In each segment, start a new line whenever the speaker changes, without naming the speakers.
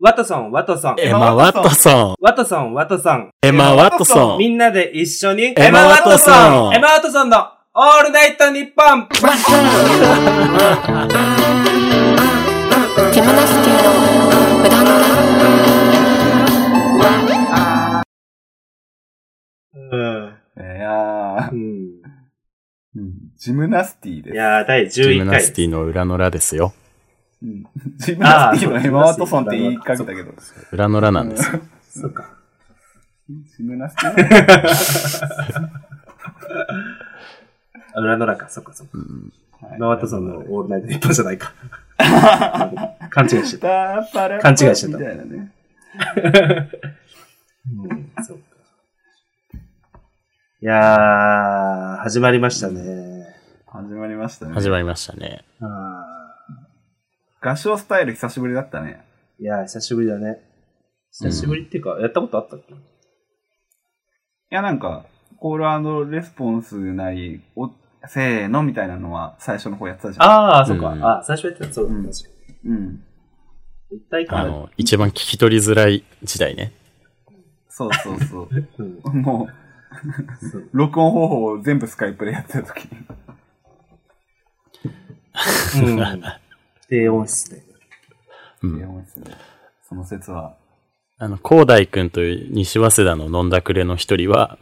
ワトソン、ワトソン。
エマ・ワトソン。
ワトソン、ワトソン。
エマ・ワトソン。
みんなで一緒に、
エマワトソン
エマワトソンの、オールナイトニッポン
手放すけど無駄のない
いやー
う、ん
うんジムナスティー
い
です。
やー、第
ジム
11
ナ
回
スティの裏の裏ですよ。
うんジムナスティーのエマ・ワトソンって言いかけたけど。
裏の裏なんです。
そうか。
ジムナスティーの
あ裏の裏か、そっかそっか。
はい
エマワトソンのオールナイトニッポンじゃないか。勘違いしてた。
勘
勘違いしてた
みたいなね。
うん、そうか。いやー、始まりましたね。
始まりましたね。
始まりましたね。
あ
合唱スタイル久しぶりだったね。
ーいやー、久しぶりだね。
うん
久しぶりっていうか、やったことあったっけ
いや、なんか、コールレスポンスなり、おせーのみたいなのは最初の方やってたじゃん。
あー、そっか。
うん
あー、最初やってた。そうだ、
うん
確か
うん。
に。一体
あ
感
の、一番聞き取りづらい時代ね。
そうそうそ
うん
う。 も
そう
う、録音方法を全部スカイプでやってた時に。
うん。 低音質で。
うん
いやもうそれその説は。
あの、広大くんという西早稲田の飲んだくれの一人は、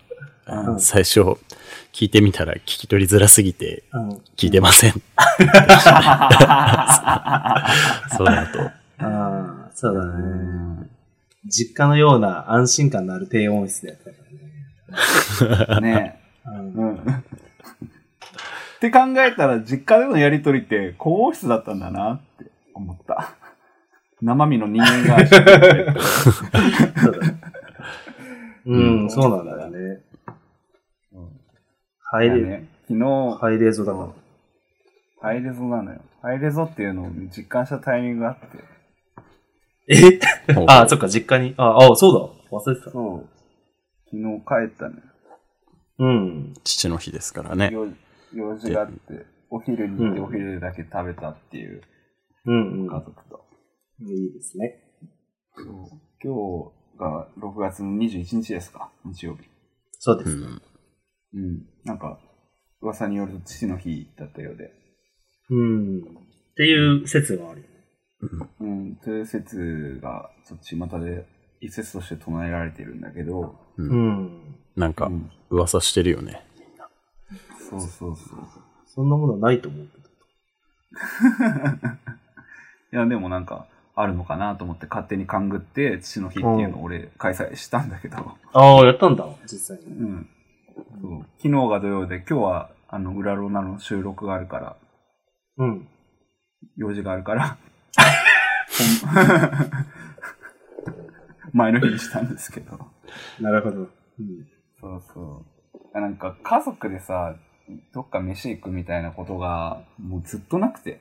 あの
うん
最初聞いてみたら聞き取りづらすぎて
うん。
聞いてません。そうだと。
ああ、そうだね。実家のような安心感のある低音質でやってたからね。
ね
うん
え。うん。って考えたら、実家でのやりとりって高音質だったんだなって思った。生身の人間が一緒にやってる。
うん、そうなんだよね。
うん
入
い
れ、
やね昨日、
入れぞだから。
ハイレゾなのよ。ハイレゾっていうのを実感したタイミングがあって。
え
ほう
ああ、そっか、実家に。ああ、そうだ。忘れてた。
そう。昨日帰ったね。
うん。
父の日ですからね。
用用事があって、お昼に行って
うん
お昼だけ食べたっていう
うん、う
家
ん。
族と。
いいですね。
今日が6月の21日ですか、日曜日。
そうで
う
す。
ん。
うん。なんか、噂によると父の日だったようで。
うん。っていう説がある。
うん。という説が、ちょっと巷で一説として唱えられてるんだけど、
う
うん。
なんか
うん
噂してるよね。
そうそうそう。
そんなものないと思うけど。
いや、でもなんか、あるのかなと思って勝手に勘ぐって、父の日っていうのを俺開催したんだけど、
ああ、やったんだ。実際
う
に。
ん。そう昨日が土曜で、今日は、あの、裏ロナの収録があるから、
うん。
用事がある から、ほん前の日にしたんですけど。
なるほど。うん。
そうそう。なんか、家族でさ、どっか飯行くみたいなことが、もうずっとなくて、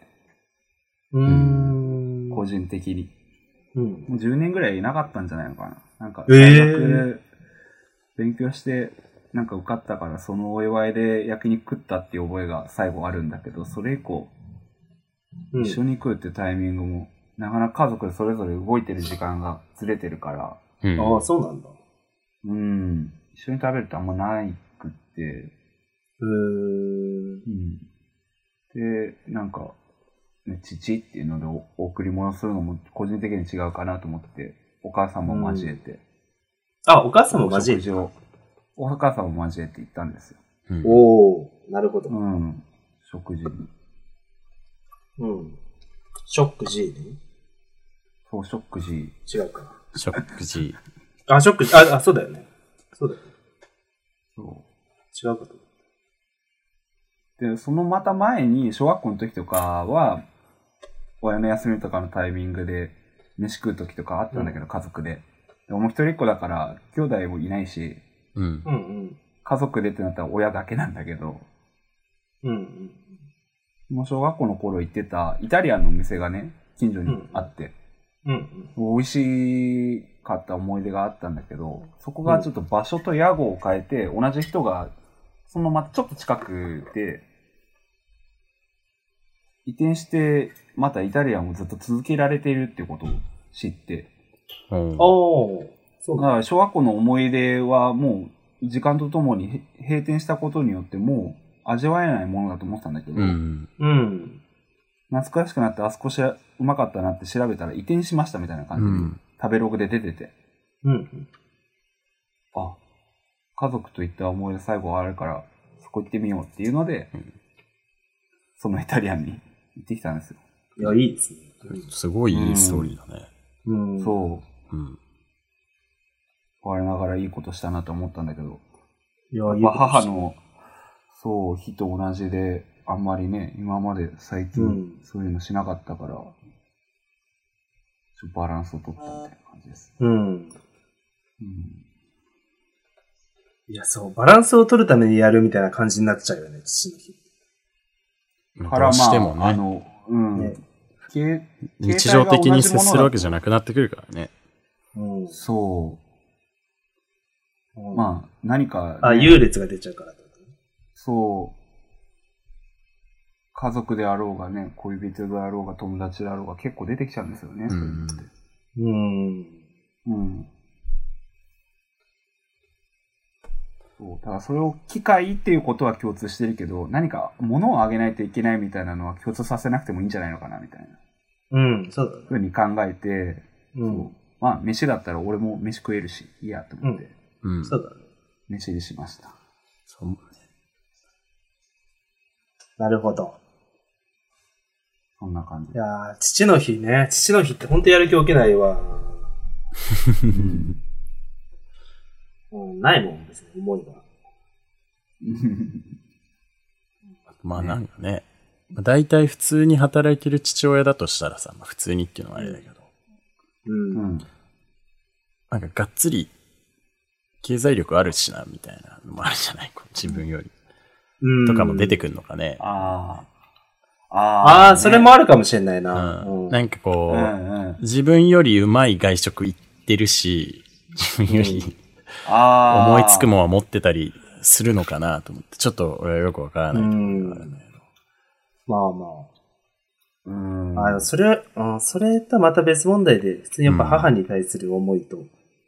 うーん。
個人的に。
うん。
もう10年ぐらいいなかったんじゃないのかな。なんか、
えー
大学勉強して、なんか受かったから、そのお祝いで焼肉食ったっていう覚えが最後あるんだけど、それ以降、
うん
一緒に食うってタイミングも、なかなか家族それぞれ動いてる時間がずれてるから、
うん。
ああ、そうなんだ。
うん、一緒に食べるってあんまないくって、
うーん。
うん。で、なんか、ね、父っていうのでお贈り物するのも個人的に違うかなと思ってて、お母さんも交えて、
あ、お母さんも
お
交えて。
食事を、お母さんも交えて行ったんですよ。
うん
おおなるほど。
うん、食事に。
うん。ショック G ね。
そう、食事。
違うか。
食事。
あ、ショック G。あ、あそうだよね。そうだよね。
そう。
違うかと。
で、そのまた前に、小学校の時とかは、親の休みとかのタイミングで、飯食う時とかあったんだけど、家族で。でももう一人っ子だから、兄弟もいないし、
うん。
うん
家族でってなったら親だけなんだけど、
うん。うんうん。
もう小学校の頃行ってたイタリアンのお店がね、近所にあって、
うんうん。
美味しかった思い出があったんだけど、そこがちょっと場所と屋号を変えて、同じ人が、そのまたちょっと近くで、移転して、またイタリアンをずっと続けられているってことを知って、
うん
おー。そう
だ
だ。
から小学校の思い出はもう時間とともにへ閉店したことによってもう味わえないものだと思ってたんだけど、
うん。
うん。
懐かしくなってあそこしらうまかったなって調べたら移転しましたみたいな感
う
じで、
ん。
食べログで出てて、
うん。
あ、家族と行った思い出最後あるからそこ行ってみようっていうので、そのイタリアンに行ってきたんですよ。
いや、いいですね。
すごいいいストーリーだね。
うん。う。
そう。
うん。
我ながらいいことしたなと思ったんだけど、
いや、いい
まあ、母。の、そう、日と同じで、あんまりね、今まで最
う
近
ん、
そういうのしなかったから、ちょっとバランスを取ったみたいな感じです。
うん。
うん、
いや、そう、バランスを取るためにやるみたいな感じになっちゃうよね、父の日。
どうしても
あ
ね、
の、うん、
ね
け
日常的に接するわけ
じ
じゃなくなってくるからね。
うん
ゃ。そ
うん
う。まあ、何か、
あ、優劣が出ちゃうからってことね
そう、家族であろうがね、恋人であろうが、友達であろうが、結構出てきちゃうんですよね。
う
そういうの
ん
って。
うん。
うん。そう。ただそれを機械っていうことは共通してるけど、何か物をあげないといけないみたいなのは共通させなくてもいいんじゃないのかなみたいな
うん、そうだね。
ふうに考えて、
う。
そうんまあ飯だったら俺も飯食えるし、いいやと思って、
うん。
そうだね。
飯にしました。
そう
なるほど。
そんな感じ
い。やー父の日ね。父の日って本当やる気起きないわ。うん、ないもん、別に思いが。
まあなんかね、まあ大体普通に働いてる父親だとしたらさ、まあ普通にっていうのはあれだけど、
うん。
うん。
なんかがっつり経済力あるしな、みたいなのもあるじゃないこう自分より。
うん
とかも出てくるのかね。
ああ。あ
あ
あ、
あ、それもあるかもしれないな。
うん。
うん
なんかこ
う
う、
んうん。
自分よりうまい外食行ってるし、自分より
ああ。
思いつくもんは持ってたりするのかなと思って、ちょっと俺はよくわからないところがあるんだけど。
まあま
うん。
あ。あのそれは、うん、それとはまた別問題で、普通にやっぱ母に対する思いと、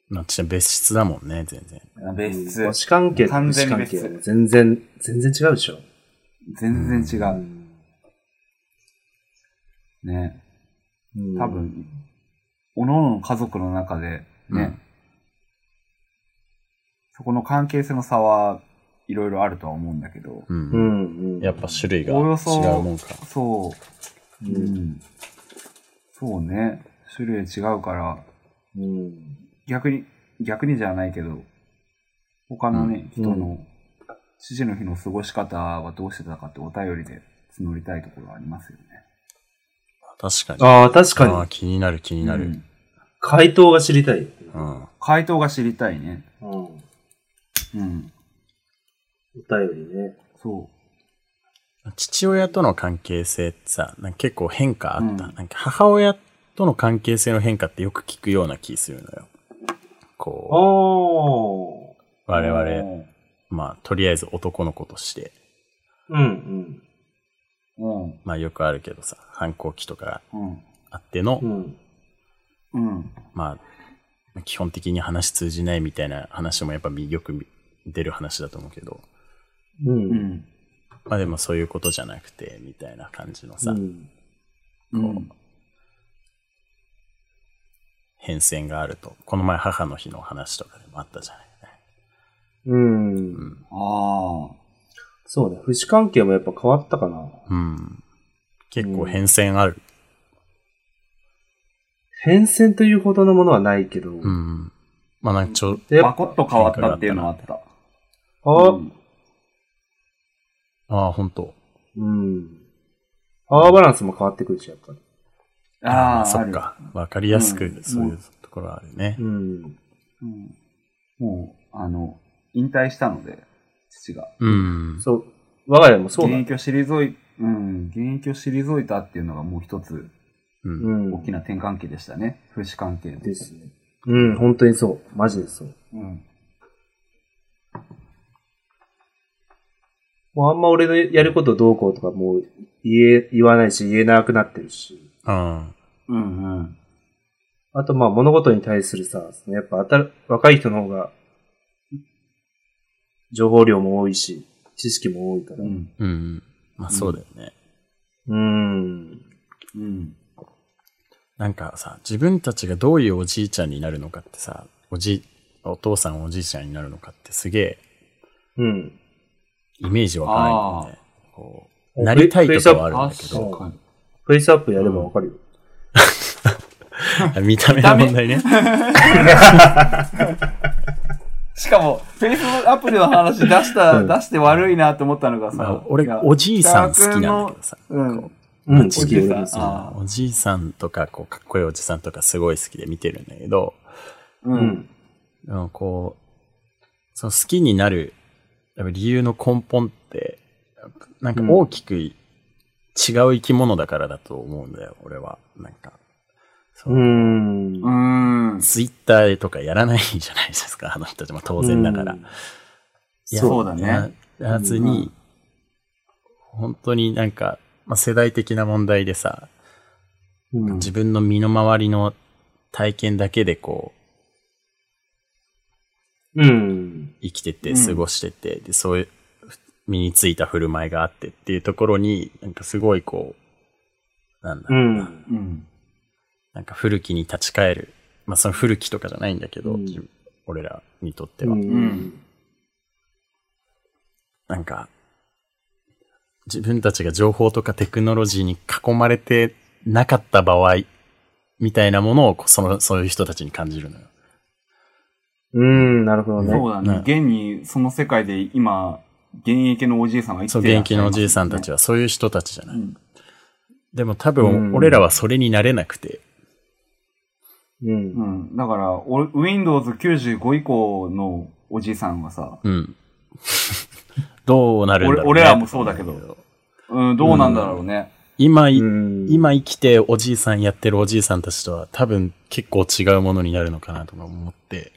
まあ、ちなみに別室だもんね、全然。
別
うん
室
母。子関係と
完
母子
全に
関
別
係は全然、全然違うでしょ。
全然違う。ね。
うん
多。分、おののの家族の中で、ね、
うん
そこの関係性の差はいろいろあるとは思うんだけど、
う。
うんん、うん。。
やっぱ種類が違
お
う
およそ
もんか。
そうう、うんん、そうね、種類違うから、
うん。
逆に、逆にじゃないけど、他のね、
うん
人の、父の日の過ごし方はどうしてたかってお便りで募りたいところはありますよね。
確かに。
ああ、確か
あー
に。
気になる気にな
う
る。
ん
回答が知りたい。
うん。
回答が知りたいね。
うん。お
うん。
便りね。
そ
父親との関係性ってさ、なんか結構変化あった。
うん
なんか母親との関係性の変化ってよく聞くような気するのよ。こ
おー。
う、
う。
我々、
々。
まあ、とりあえず男の子として、
うん、
うん。
まあよくあるけどさ、反抗期とかが
うん。
あっての、
うん。うん。
うん。
まあ、基本的に話通じないみたいな話もやっぱよく出る話だと思うけど、
う。
うんん。
まあでもそういうことじゃなくて、みたいな感じのさ、
うん
うん。
変遷があると。この前母の日の話とかでもあったじゃない。
うん。
うん。
ああ。
そうね。父子関係もやっぱ変わったかな。
うん。結構変遷ある。
変遷というほどのものはないけど。
うん。まあなんかちょ、
で、
パコッと変わったっていうのはあった。
あ、
うん
ああ、本当
うん。パワーバランスも変わってくるし、やっぱり。
ああ、
そっ
あ
か。わかりやすく、
うん
そういうところはあるね
う。ん。
る。うんもう、あの、引退したので、父が。
うん。
そう。我が家もそうだ。
現役を退い、うん、現役を退いたっていうのがもう一つ
うん。
うん
大。きな転換期でしたね。父子関係の。
ですね。うん、本当にそう。マジでそう。
うん。
もうあんま俺のやることどうこうとかもう言え、言わないし、言えなくなってるし。
うん。
うんうん。
あと、まあ、物事に対するさ、そのやっぱ、あた若い人の方が、情報量も多いし、知識も多いから。
ん。
うん。まあそうだよね。
うん。
うん。
なんかさ、自分たちがどういうおじいちゃんになるのかってさ、おじい、お父さんおじいちゃんになるのかってすげえ
うん。
イメージわからないんだよね。こう、
あ
なりたいとかはあるんだけ
確
ど、
かに。
フェイスアップやればわかるよ。
見た目の問題ね。
しかも、フェイスアプリの話出した、
うん
出して悪いなと思ったのがさ、
まあ俺
いや
おじいさん好きなんだけどさ
北川君のうん。
うん、知識
おじいさん
俺もそう
あ
おじいさんとか、こう、かっこいいおじさんとかすごい好きで見てるんだけど、
う。
うんん。
うん、こう、その好きになる、やっぱ理由の根本って、なんか大きく違う生き物だからだと思うんだよ、俺は。なんか、そうの
ん。
うーん。
ツイッターとかやらないじゃないですか、あの 人たちも当然だから。
うん
いや
そうだね。。
やらずに、本当になんか、まあ、世代的な問題でさ、
うん
自分の身の回りの体験だけでこう、
うん。
生きてて、
うん
過ごしてて、で、そういう、身についた振る舞いがあってっていうところに、なんかすごいこう、なんだ
う
ろう、
ん。
うん。
なんか古きに立ち返る。まあ、その古きとかじゃないんだけど、
うん
自分俺らにとっては。
うん。
なんか、自分たちが情報とかテクノロジーに囲まれてなかった場合、みたいなものをこう、その、そういう人たちに感じるのよ。
うん、なるほどね。
そうだね
ね。
現に、その世界で今、現役のおじいさんが
そ
生
う、
き
現
て
役のおじいさんたち
は。
はそういう人たちじゃな
う
い。
ん。
でも多
うん
分、俺らはそれになれなくて、
うん
う。ん。だから、お Windows95 以降のおじいさんはさ、
うん。 どうなるんだろう、ね、
俺俺らもそうだけど
と思うん
うん、どうなんだろうね。
今、
うん
今生きておじいさんやってるおじいさんたちとは多分結構違うものになるのかなとか思って、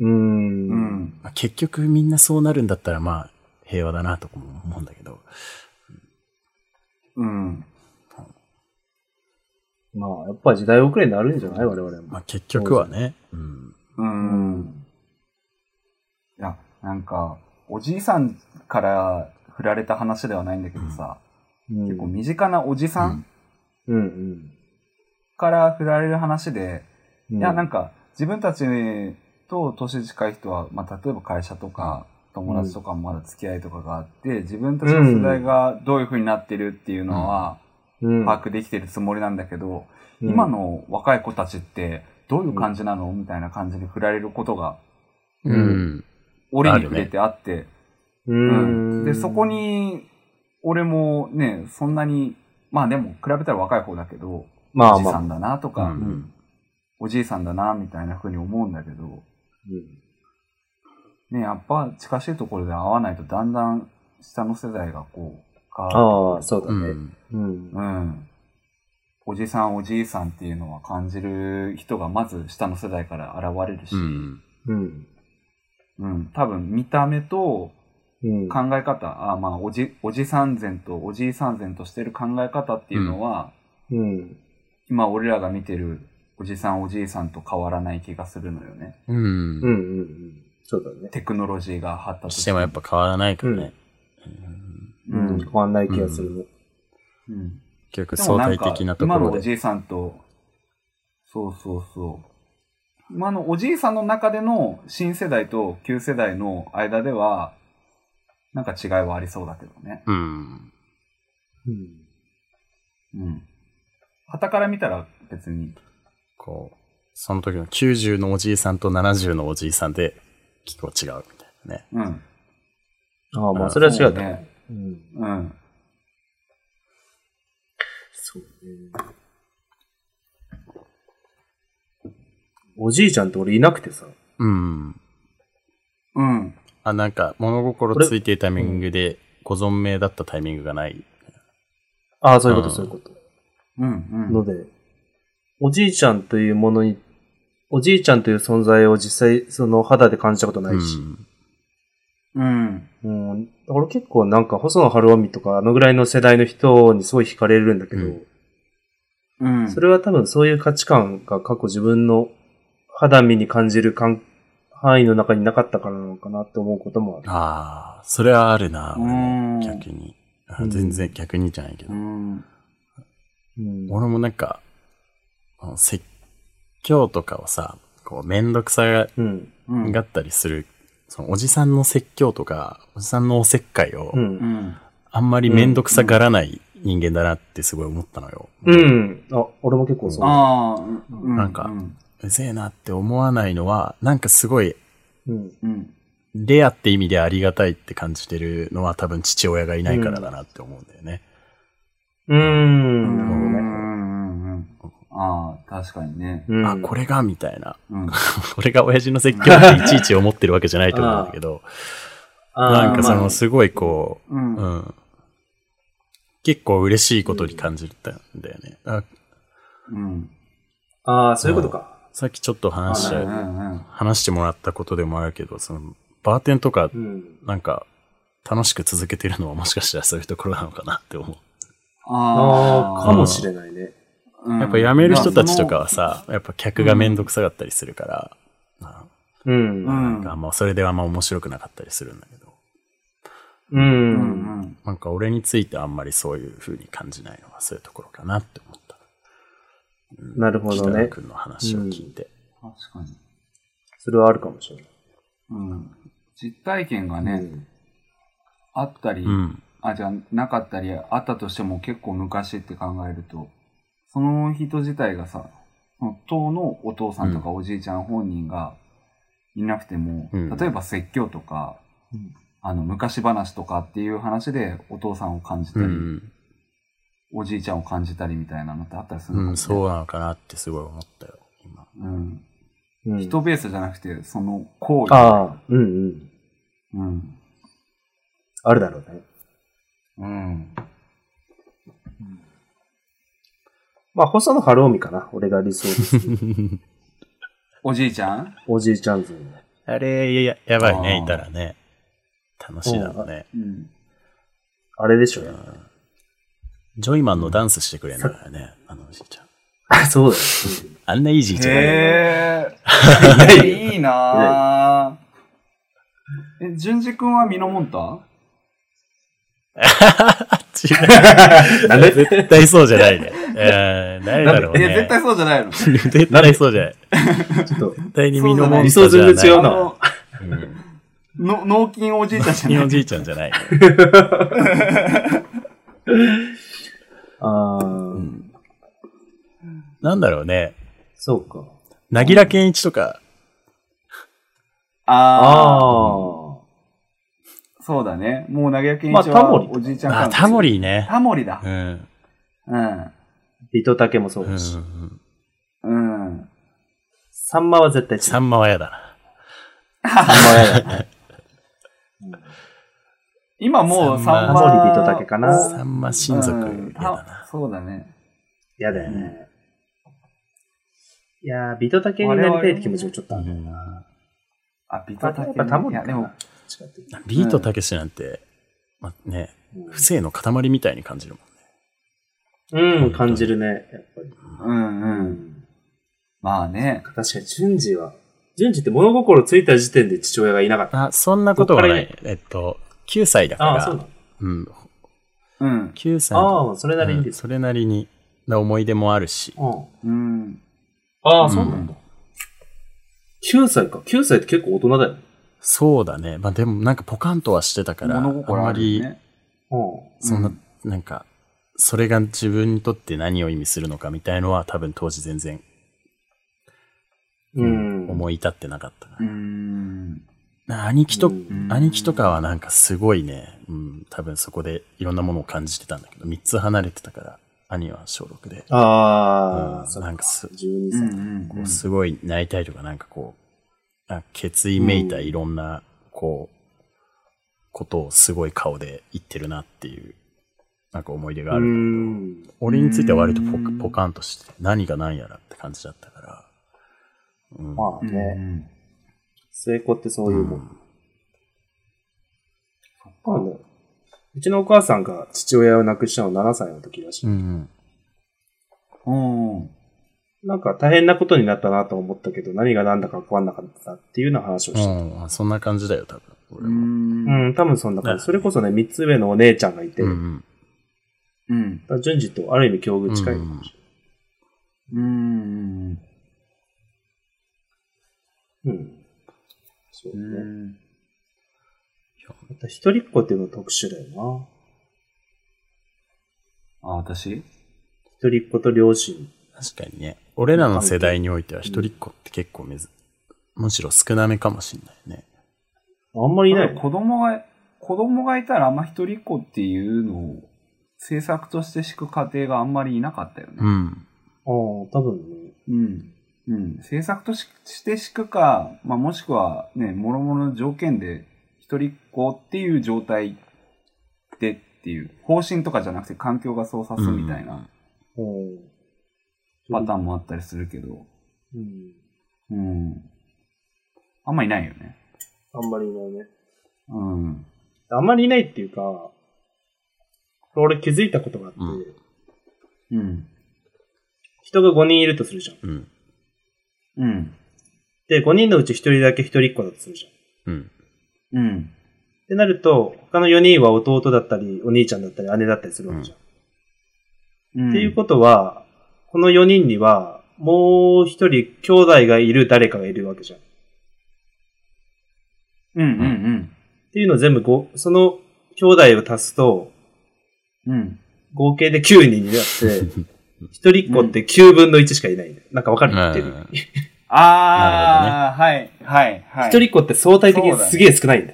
う。
うんん。
まあ、結局みんなそうなるんだったらまあ平和だなとかも思うんだけど、
うん。
まあ、やっぱ時代遅れになるんじゃない我々
ま
も。
あ結局はね、うん。
うん。いや、なんか、おじいさんから振られた話ではないんだけどさ、
うん。
結構身近なおじさ
う
うんう
ん
ん
ん。
から振られる話で、
い
いや、なん
か、
か、自分たちと年近い人は、まあ、例えば会社とか、友達とかもまだ付き合いとかがあって、自分たちの世代がどういう風になってるっていうのは、
うん
把握できてるつもりなんだけど、今、の若い子たちって、どういう感じなのみたいな感じで振られることが、
うん
折に触れてあって、
う
うん
ん。
で、そこ、に、俺もね、そんなに、まあでも、比べたら若い方だけど、
まあ
おじさ
まあ
んだなとか、
うん
うん
おじいさんだな、みたいな風に思うんだけど、
うん
ね、やっぱ近しいところで会わないと、だんだん下の世代がこう、変わ
ああ、そうだ
う
ね。
ん。
うん
る。うん。おじさん、おじいさんっていうのは感じる人がまず下の世代から現れるし、
う
うん、
ん。
うん。
多分見た目と
うん。
考え方、あまあ、おじ、おじさん前とおじいさん前としてる考え方っていうのは、
うん。
今俺らが見てるおじさんおじいさんと変わらない気がするのよね。
うん。
うん。うん。そうだね。
テクノロジーが発達
してもやっぱ変わらないからね。
う
うん。
ん。
変わんない気がするね。
うん。
結局
でも
相
なん
対
か
的なとこ
今の
ろ
お
で。
じいさんと、そうそうそう。今のおじいさんの中での新世代と旧世代の間では、なんか違いはありそうだけどね。
うん。
うん。
うん。旗から見たら別に。
こう、その時の90のおじいさんと70のおじいさんで結構違うみたいなね。
うん。
ああ、まあ、それは違う
そう
だ
ね。
うん。
うん。
そうね。おじいちゃんって俺いなくてさ。
うん。
うん。
あ、なんか物心ついてるタイミングでご存命だったタイミングがない。
ああ、そういうこと、
うん
そういうこと。
うん。う
の
ん。
で、おじいちゃんというものに、おじいちゃんという存在を実際、その肌で感じたことな
う
いし。
ん。
うん。
うん。だから結構なんか、細野晴臣とか、あのぐらいの世代の人にすごい惹かれるんだけど、
うん
うん。
それは多分そういう価値観が過去自分の肌身に感じる感範囲の中になかったからなのかなって思うこともある。
ああ、それはあるな、
う
俺
ん
も逆に。あ
うん
全然逆にじゃないけど
う。ん。
うん
俺もなんか、あの説教とかをさ、こう、めんどくさが
うん。
うん。
がったりする、そのおじさんの説教とか、おじさんのおせっかいを
う、。
うんん。
あんまりめんどくさがらない人間だなってすごい思ったのよ。
うん。あ、俺も結構そ
ああ、うん。
なんか
うん。
うぜえなって思わないのは、なんかすごい、
う。うん。
うん。
レアって意味でありがたいって感じてるのは多分父親がいないからだなって思うんだよね。
うー。
うん
なるほど
ん。う
ね。
んうん。ああ、確かにね。
うん
あ、これがみたいな。
うん。
これが親父の説教っていちいち思ってるわけじゃないと思うんだけど、
あー
なんかそ
ま
の
あ
すごいこう、
う。
うんん。結構嬉しいことに感じたんだよね。あ
うん。
あー、そういうことか。
さっきちょっと話しち
う
ゃ
ん
う
うん
話してもらったことでもあるけど、その、バーテンとか
う、ん。
なんか、楽しく続けてるのはもしかしたらそういうところなのかなって思
ああ、か
あ
もしれないね。
あ
う。やっぱ辞める人たちとかはさ、やっぱ客がめんどくさかったりするから、
う。
うんん。
なんかまあそれではあんま面白くなかったりするんだけど、
う。
うんん。
なんか俺についてあんまりそういう風に感じないのはそういうところかなって思った。
なるほど
北川
ね。
君の話を聞いて。
確かに。
それはあるかもしれない。
うん。実体験が
う
ね、
ん
あったり
う、ん。
あ、じゃなかったり、あったとしても結構昔って考えると、その人自体がさ、その当のお父さんとかおじいちゃん本人がいなくても、
うん
例えば説教とか、
うん
あの昔話とかっていう話でお父さんを感じた
う
り、
ん。
おじいちゃんを感じたりみたいなのってあったりするの
う
か
ん、そうなのかなってすごい思ったよ、今。
うん。
うん
人ベースじゃなくて、その行為。
ああ、うんうん。
うん。
あるだろうね。
うん。
まあ、細野晴臣かな。俺が理想です。
おじいちゃん
おじいちゃん像。
あれ、や、やばい
あ
ね、
ー
いたらね。楽しいだろうね。
うん。
あれでしょうね。
ジョイマンのダンスしてくれんだからね、あのおじいちゃん。
あ、 そうだよ。
あんなイージーじゃない よ
へえ。 いいなぁ。え、淳二君はミノモンタ
なんで
絶対そうじゃないね。えー、誰だろう
え、
ね。
絶対そうじゃないの。
絶対そうじゃない。
ちょっと、
絶対に身の
そう
も
理
想全然違う
あ
な
の、の脳筋おじいちゃんじゃ
身
な
の
い。
じいちゃんじゃない。
ああ、
なんだろうね。
そうか。
なぎら健一とか、
あ
あ
あ、
あ、そうだね。もう投げ焼きに
まあ
一は
タモリ
おじいちゃん
あ、
関係
タモ。リね。
タモリだ
う。ん。
うん。
ビトタケもそう
うん
だし。
うん。
サンマは絶対違う。
サンマは嫌だな。
サンマはやだね。
今もう
サン
3
マ
番。
タモリビトタケかな
サンマ親族
うん
嫌だな。
そうだね。
やだよね。いやー、ビトタケになりたいって気持ちもちょっとある。
あ、ビト
や
タ
っ
ケ
ぱ
ね。
タモ
い
リ
や、
か
でも
な。、違って
ビートたけしなんて、まあね、不正の塊みたいに感じるもん。
うん、感じるね、やっぱり。
うん
う
うん。まあね。
確かに、順次は。順次って物心ついた時点で父親がいなかった。
あ、そんなことはない。えっと、9歳だか
ああ、
ら、
そうなの。
うん、
うん。
9歳
ああ、それなりに
う
で
ん
す。
それなりに、な思い出もあるし、
うん。
うん。
ああ、
うん
そうなんだ。9歳か。9歳って結構大人だよね。
そうだね。まあでも、なんかポカンとはしてたから、あ
物
ん
心あ
ま
る
り
よ、ね。
う
そんな、
うん
なんか、それが自分にとって何を意味するのかみたいのは、多分当時全然、
ん。うん。
思い至ってなかったか
うーん。
ら。兄貴と、
うん
兄貴とかはなんかすごいね、うん、多分そこでいろんなものを感じてたんだけど、3つ離れてたから、兄は小6で、
あ
うん
あ、そっ
なんかす
12
うん
歳。
うん
こ
うん
うすごいなりたいとか、なんかこう、あ決意めいたいろんな、こう、ことをすごい顔で言ってるなっていう、なんか思い出があ
う
るんだけど
ん。
俺については割とポ
うん
ポカンとして、何が何やらって感じだったから。うん
まあ
うん
ね、成功ってそう
う
いうもん。
ん
あのうちのお母さんが父親を亡くしたの7歳の時だし
う、ん
うん。
なんか大変なことになったなと思ったけど、何が何だか分かんなかったっていうような話をした。
うん、そんな感じだよ、多分。俺
う
も
ん。
うん、多分そんな感じ。それこそね、三つ上のお姉ちゃんがいて、
うんう
だ
ん。
うん。
から順次とある意味境遇近いのかもし
うん。
れない。うん。そう
う
ね。
ん。
また一人っ子っていうのは特殊だよな。
あ、私
一人っ子と両親。
確かにね。俺らの世代においては一人っ子って結構めず、むしろ少なめかもしんないね。
あんまりいないよね、
子供が、子供がいたらあんま一人っ子っていうのを政策として敷く家庭があんまりいなかったよね。
うん。
ああ、多分ね。
うん。うん。政策としして敷くか、まあ、もしくはね、もろもろの条件で、一人っ子っていう状態でっていう、方針とかじゃなくて環境がそうさすみたいな
うん。
パターンもあったりするけど、
うん。
うん。あんまいないよね。
あんまりいないね。
うん。
あんまりいないっていうか、俺気づいたことがあって、
うん
うん。
人が5人いるとするじゃん。
うん。
うん。
で、5人のうち1人だけ1人っ子だとするじゃん。っ
うん。
うん。
てなると、他の4人は弟だったり、お兄ちゃんだったり、姉だったりするわけじゃん。
うん。
っていうことは、この4人には、もう1人兄弟がいる誰かがいるわけじゃん。っ
うんうん
ていうのを全部5、その兄弟を足すと、
うん。うん。
合計で9人になって、一人っ子って9分の1しかいない。なんかわかるってる。
ああ、はい、はい、はい。
一人っ子って相対的にすげえ少ないんだ。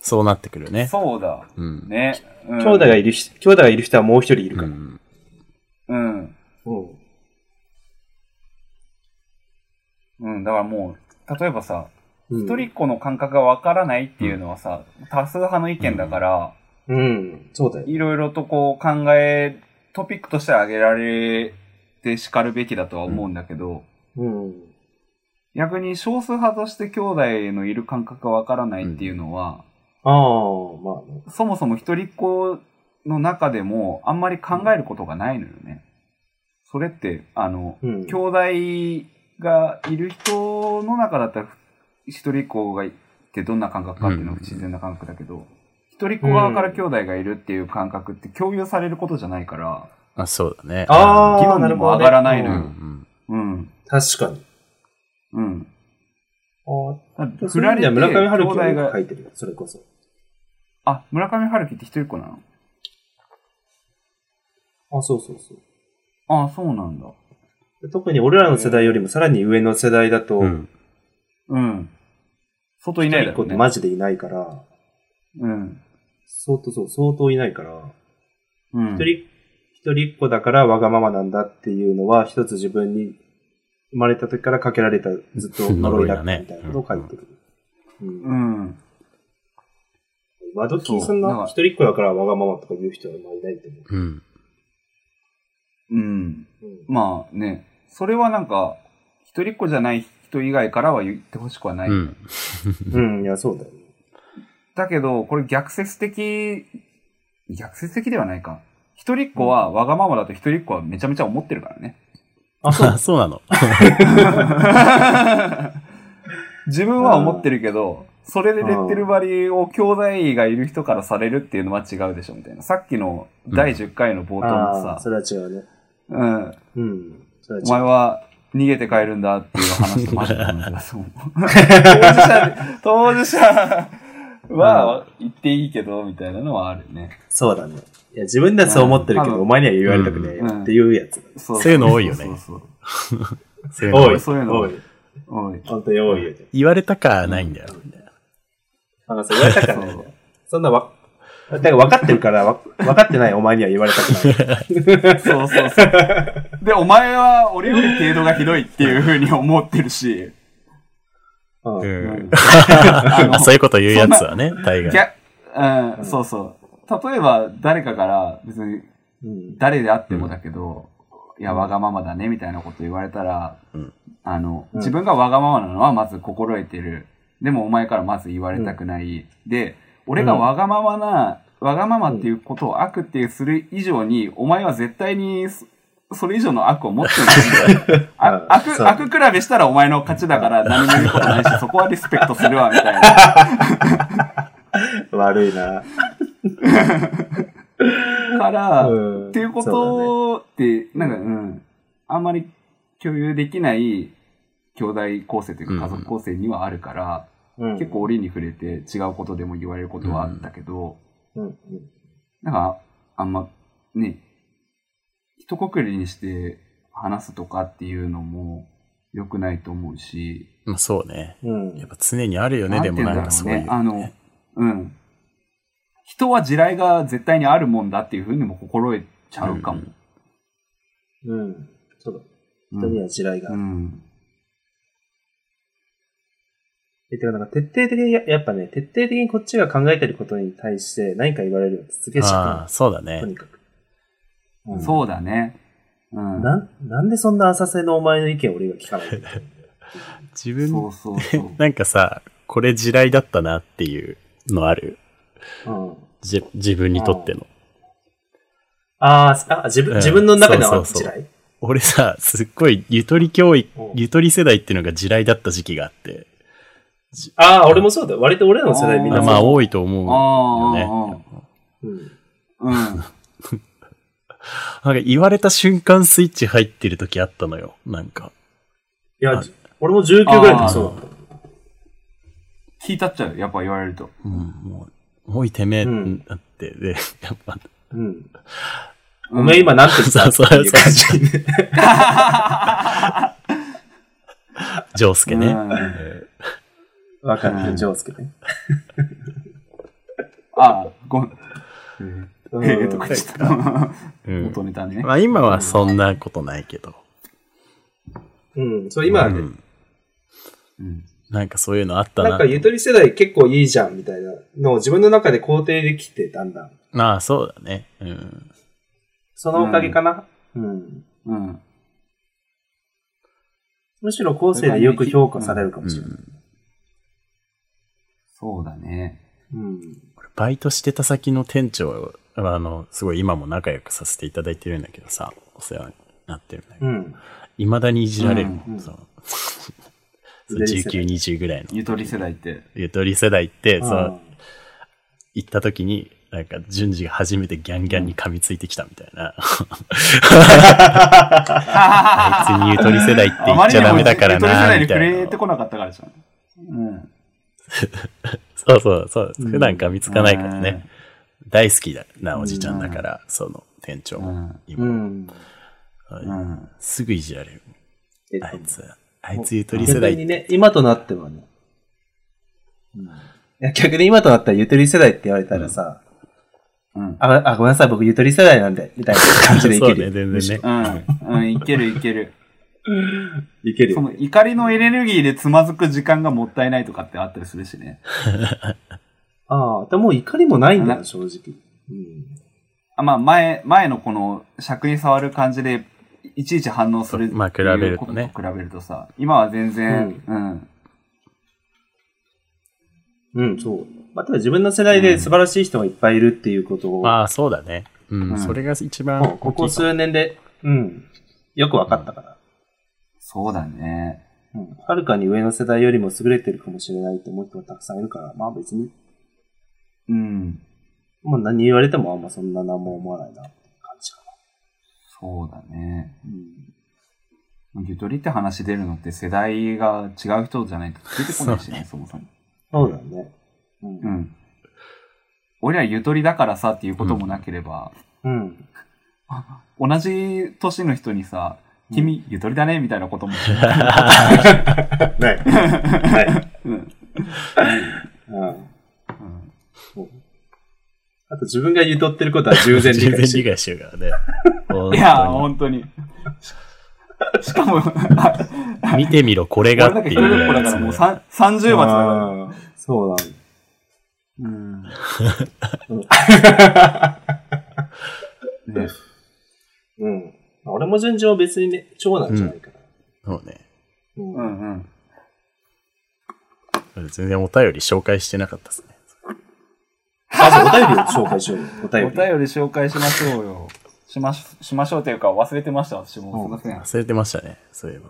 そうなってくるね。
そうだ。
うん。
ね。うん
兄弟がいる人、兄弟がいる人はもう一人いる
う
から。
ん。
うん。
うん
うん。だからもう、例えばさ、
うん
一人っ子の感覚がわからないっていうのはさ、多数派の意見だから、
うん。そうだよ。
いろいろとこう考え、トピックとして挙げられて叱るべきだとは思うんだけど、
うん。
逆に少数派として兄弟のいる感覚がわからないっていうのは、
ああ、まあね。
そもそも一人っ子の中でもあんまり考えることがないのよね。それって、あの、
うん。
兄弟がいる人の中だったら、一人っ子がいてどんな感覚かっていうのが不自然な感覚だけど、一人っ子側から兄弟がいるっていう感覚って共有されることじゃないから、
あ、そうだね。
あ
議
あ、
論
な
に
る
も
ほど、
上
ね。
がらない
うん
の
う
よ
ん。
うん、
確かに。
うん。
ああ、
振られて
村上春樹
兄
が
弟が
書、いてるよ、それこそ。
あ、村上春樹って一人っ子なの
あそうそうそう。
あそうなんだ。
で特に俺らの世代よりもさらに上の世代だと、
う
一
ん。
うん。外いない
人
だ
っ子
ろ
っ
う
て
ね。
マジでいないから、
うん。
相当そう、相当いないから、
うん。
一人、一人っ子だからわがままなんだっていうのは、一つ自分に生まれた時からかけられたずっと呪いだったみたいなことを書いてくる。うん
うん。
今時そん
そう
な一人っ子だからわがままとか言う人はあんまりいないと思
うん。
うん。
う。
まあね、それはなんか、一人っ子じゃない人以外からは言ってほしくはない。
うん。
うん、うん、いや、そうだよね。
だけど、これ逆説的、逆説的ではないか。一人っ子はわがままだと一人っ子はめちゃめちゃ思ってるか らね。
あ、そう
あ、そうなの。
自分は思ってるけど、それでレッテル貼りを兄弟がいる人からされるっていうのは違うでしょみたいな。さっきの第10回の冒頭の
ああ、
さ
そ、れは違うね。
うん、
うん。それ
お前
は
は逃げて帰るんだっていう話とマジで同じだと思う当事者、当事者は言っていいけど、みたいなのはあるね
違う。。そうだね。いや、自分ではそう思ってるけ
う
ど、
ん
お前には言われたくねえよっていうやつ。
そ
そういうの多いよね
そうそうそう
そういうの
多い、
そういうの
多い。
多い。
本当に多いよ。
言われたかないんだよ。
あの、そう言われたからね。そんなわ、だから分かってるから、わ分かってないお前には言われたくない。
そうそうそう。で、お前は俺より程度がひどいっていうふうに思ってるし、
う
うんん。
あの
あ、そういうこと言うやつはね、大
ぎ
概。
ゃ、うん、そうそう。例えば誰かから別に
うん。
誰であってもだけど、いや、わがままだね、みたいなこと言われたら、
うん
あの、
うん
自分がわがままなのはまず心得てる。でもお前からまず言われたくない。で、俺がわがままな、わがままっていうことを悪っていうする以上に、お前は絶対にそそれ以上の悪を持ってないんだ よ。あ
あ
悪、
そう
悪比べしたらお前の勝ちだから何も言うことないし、そこはリスペクトするわ、みたい な。
悪いな。
から、
うん
っていうこ
そ
とって、なんか、うん、あんまり共有できない兄弟構成というか家族構成にはあるから、
うだね
結構、折に触れて違うことでも言われることはあったけど、
うんうん
なんか、あんま、ね、一括りにして話すとかっていうのも良くないと思うし、
まあそうね。
うん
やっぱ常にあるよね、
て
で
言
も
うん
な
だろ
ん
う
かそういう。
あの、うん。人は地雷が絶対にあるもんだっていうふうにも心得ちゃうかも。
うん。そうだね。
う
人に
ん
は地雷が。
うん。
え、てか、なんか徹底的にや、やっぱね、徹底的にこっちが考えてることに対して何か言われるのってすげえし
ああ、
か
そうだね
と。にかく。うん
そうだね。うん。
なん、なんでそんな浅瀬のお前の意見を俺が聞かないといけないんだよ
自
そ
分
うそうそう。
なんかさ、これ地雷だったなっていうのある
うん。
じ自分にとっての。
あーあ、自分、
うん
自分の中で
そ
は
うそう
地
そう
雷
俺さ、すっごいゆとり教育
うん、
ゆとり世代っていうのが地雷だった時期があって、
ああ、俺もそうだよ。割と俺らの世代みん
まあ
な
まあ
そう。
多いと 思うよね。
あ
うん
あ、うん。
なんか言われた瞬間スイッチ入ってる時あったのよ。なんか。
いや
あ、
俺も19ぐらいの時そうだった。
聞いたっちゃう、やっぱ言われると。
うん、もう、おいてめえ、
うん
なって、で、やっぱ、
うん。
うん
おめえ今なんて言ったって
そう
いう感
そ
じで。
ジョースケね。
うん
え
わか
う
る。
ん
ジョースケね。
ああ、ごめん。
うん
ええとか言っちゃった。
ーうん
元ネタね。
まあ今はそんなことないけど。
うん。そう、今は
う
ね、
ん
うん。
なんかそういうのあったな。
なんかゆとり世代結構いいじゃんみたいなのを自分の中で肯定できて、だんだん。
まあそうだね。うん。
そのおかげかな。うん。
うん。
むしろ後世でよく評価されるかもしれない。
そうだね。
うん。
バイトしてた先の店長は、あの、すごい今も仲良くさせていただいてるんだけどさ、お世話になってるんだ
う
けど、
ん。
いまだにいじられるもん。
うんうん
そ のそう19、20ぐらいの
ゆとり世代って。
ゆとり世代って、そ
うん
の、行った時に、なんか、順次が初めてギャンギャンに噛みついてきたみたい な。 あいつにゆとり世代って言っちゃダメだからな、み
ゆ
たい
とり世代に触
な
れて。こなかったからじゃん。うん。
そうそうそう。
うん
普段噛みつかないからね。大好きだな、
ん
おじちゃんだから、その店長
う
も。
ん。
う
今、
ん。
うん。
すぐいじられる。
えっと
あいつ、あいつゆとり世代
逆にね、今となってはね。うんいや、逆に今となったらゆとり世代って言われたらさ、
うん。
あ、あ、ごめんなさい、僕ゆとり世代なんで、みたいな感じでい
そ
け
うね、
る。
全然ね。
うん。うん。いけるいける。
いける
そ
よ。
の怒りのエネルギーでつまずく時間がもったいないとかってあったりするしね。
ああ、でも怒りもないんだ
う
な、正直。うん。
あまあ、前、前のこの尺に触る感じで、いちいち反応する。
そうまあ比べるとね
比べるとさ、今は全然、うん。
うん、そう。まあ、ただ自分の世代で素晴らしい人がいっぱいいるっていうことを、
まあ、そうだね。う
うん
ん、それが一番
もうこ
大
こ
きいかも。
数年で、うん、よく分かったから。
そうだね。
うん。はるかに上の世代よりも優れてるかもしれないって思う人がたくさんいるから、まあ別に、
うん。
もう何言われてもあんまそんな何も思わないなって感じかな。
そうだね。
うん。
ゆとりって話出るのって世代が違う人じゃないと出てこないしね、そもそも。
そうだね。うん。
う
うん。
ん。俺らゆとりだからさっていうこともなければ、同じ年の人にさ、君、ゆとりだねみたいなことも。
ない。はい。
うん。
うん。
うん
そうあと自分がゆとってることは従前理
全然
解して
理
る。
解してるからね。
いや、
本
本当に。ししかも、
当に見てみろ、これ
俺
が
だ
っ
け
て
一
い
人
うぐ
の子
らいで
だか
す
らも
ね
うさん30
あ
罰だか
あーそうなんだ。
ら。うん。 ね
うん。俺も順調別にね、長男じゃないから。
そうね。
うん
うんうん。
全然お便り紹介してなかったですね。
まずお便りを紹介しようよ。お
お
便り。
便り紹介しましょうよ。しまし、しましょうというか忘れてました、私も。すいません。
忘れてましたね、そういえば。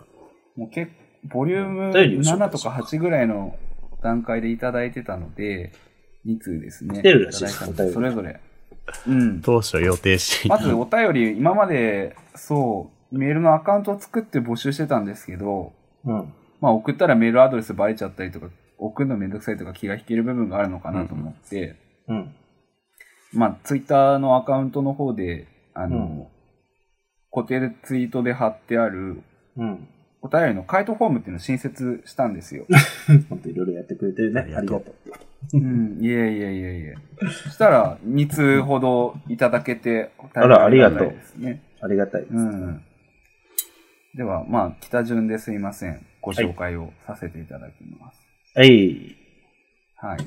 もう結ボリューム
お便りを紹介
7とか8ぐらいの段階でいただいてたので、2通ですね。
来てるらしいで
ですすので
お
そ
便り
れぞれ。うん。
当初予定していた。
まずお便り、今まで、そう、メールのアカウントを作って募集してたんですけど、
うん。
まあ送ったらメールアドレスバレちゃったりとか、送るのめんどくさいとか気が引ける部分があるのかなと思って、
うん。
まあツイッターのアカウントの方で、あの、
うん
固定でツイートで貼ってある
うん。
お便りの回答フォームっていうのを新設したんですよ。
本当いろいろやってくれてるね。あ
あ
り
り
が
が
と
と
う。
うん、いえいえいえいえ。そしたら、2通ほどいただけて、
あらありがとう
大変なですね。
ありがたいです。
うん。では、まあ、北順ですいません。ご紹介をさせていただきます。
はい。
はい。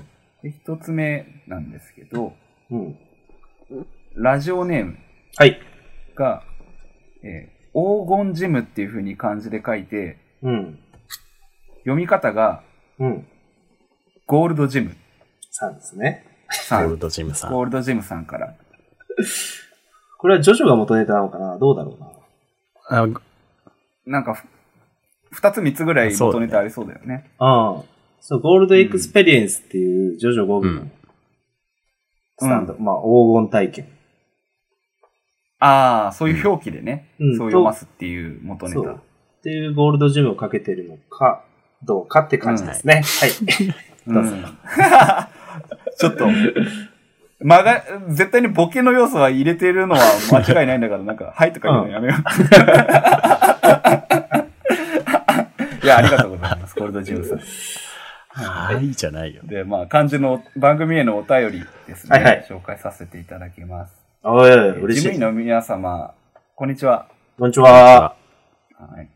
で、一つ目なんですけど、
うん。
ラジオネーム
はい。
が、えー黄金ジムっていう風に漢字で書いて、
うん。
読み方が
うん。
ゴールドジム
さんですね。
さ
ゴール
ん。
ドジムさん。
ゴールドジムさんから。
これはジョジョが元ネタなのかなどうだろうな。
あ
なんかふ、二つ三つぐらい元ネタありそうだよね。
ああ。そう、ゴールドエクスペリエンスっていうジョジョ5部
う
の
ん
スタンド、まあ黄金体験。
ああ、そういう表記でね、
うん
そう読ますっていう元ネ
そ
タ。
う。っていうゴールドジムをかけてるのか、どうかって感じですね。はい。
うん ちょっと、まが、絶対にボケの要素は入れてるのは間違いないんだから、なんか、はいとか言うのやめよう。 いや、ありがとうございます。ゴールドジムさん。
はい、じゃないよ。
で、まあ、漢字の番組へのお便りですね。
はいはい
紹介させていただきます。
おいおい
えー
嬉し
事務
い。
員の皆様、こんにちは。
こんにちは。
はい。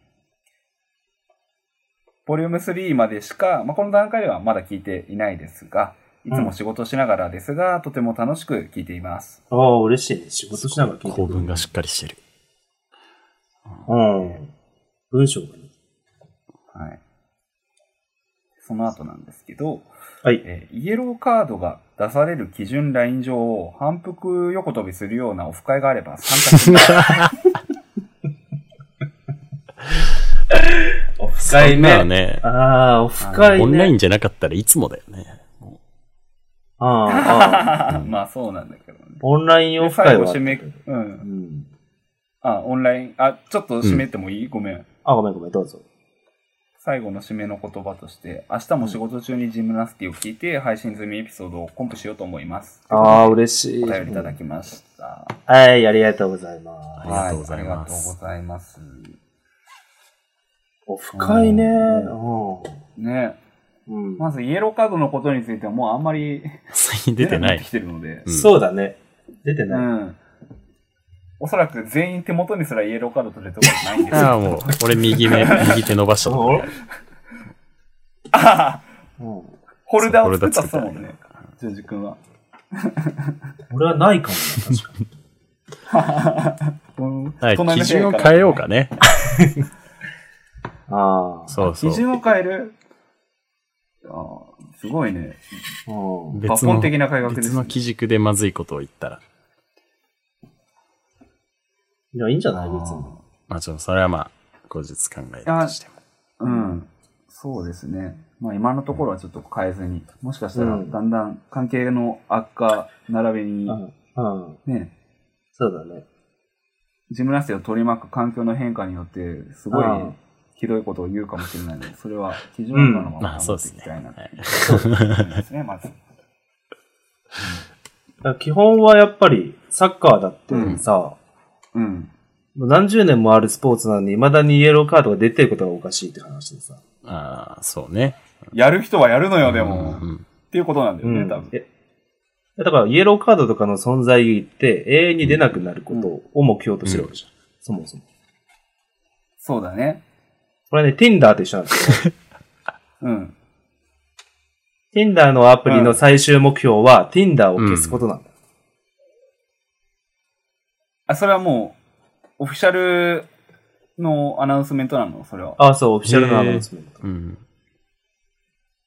ボリューム3までしか、まあ、この段階ではまだ聞いていないですが、いつも仕事しながらですが、とても楽しく聞いています。
ああ、嬉しいね。仕事しながら聞いて
構
る。
文がしっかりしてる。
うん。文章がね。
はい。その後なんですけど、
はい。
えーイエローカードが出される基準ライン上を反復横跳びするようなオフ会があれば参加して みたい
オフ会
まあ
ね。
ね、
ああ、オフ会ね。
オンラインじゃなかったらいつもだよね。も
ああああ、
まあそうなんだけどね。
オンラインオ
で
フ会
最
は
後
あったけ
締
ど。
め、う。
うんん。
あ、オンライン、あ、ちょっと締めてもいい、ごめん。
あ、ごめんごめん、どうぞ。
最後の締めの言葉として、明日も仕事中にジムナスティを聞いて、配信済みエピソードをコンプしようと思います。
ああ、嬉しい。
お便りいただきました。
はい、ありがとうございま
あ
す。
りがとうござい
はあ
ま
りがとう
す。
ございます。
オフ会ね。
ね。
うん。
まず、イエローカードのことについては、もうあんまり
最近出てな
って
い。
きてるので
う。ん
そうだね。出て
う
ない。
ん。おそらく全員手元にすらイエローカード取れたことないんです
ああ、
よ。
もう、俺右目、右手伸ばしたところ。
あ
うん
ーホルダーを作ったっすもんね。ジョージ君は。
俺はないかもな、確かに。
うん
はい、
隣の
基
部屋
準を
から
変えようかね。
ああ。
そうそ
基
う。
準を変えるあーすごいね。
うん。
抜本的な改革です、
別の基軸でまずいことを言ったら。
いや、いいんじゃない別に。
まあちょっとそれはまあ、後日考えるとしても。
うん。そうですね。まあ今のところはちょっと変えずに、もしかしたら
うん
だんだん関係の悪化並びに
う、ん。うん。
ね、
そうだね。
ジムナスティを取り巻く環境の変化によって、すごい
うん
ひどいことを言うかもしれないので、それは基準なの
まあ
は
そう
守
で
ってい
す
き
ね。
たいなと
はい
思いますね、まず。
だから基本はやっぱり、サッカーだってさ、
うん。
もう何十年もあるスポーツなのに、未だにイエローカードが出てることがおかしいって話でさ。
ああ、そうね。
やる人はやるのよ、で
う
も。っ
ん
ていうことなんだよね、多
え
分。
だから、イエローカードとかの存在意義って、永遠に出なくなることを目標としてるわけじゃん。そもそも。
そうだね。
これね、Tinder と一緒なん ですよ。
うん。
Tinder のアプリの最終目標は、Tinder を消すことなんだよ。
あ、それはもう、オフィシャルのアナウンスメントなのそれは。
あ、そう、オフィシャルなアナウンスメント。
うん。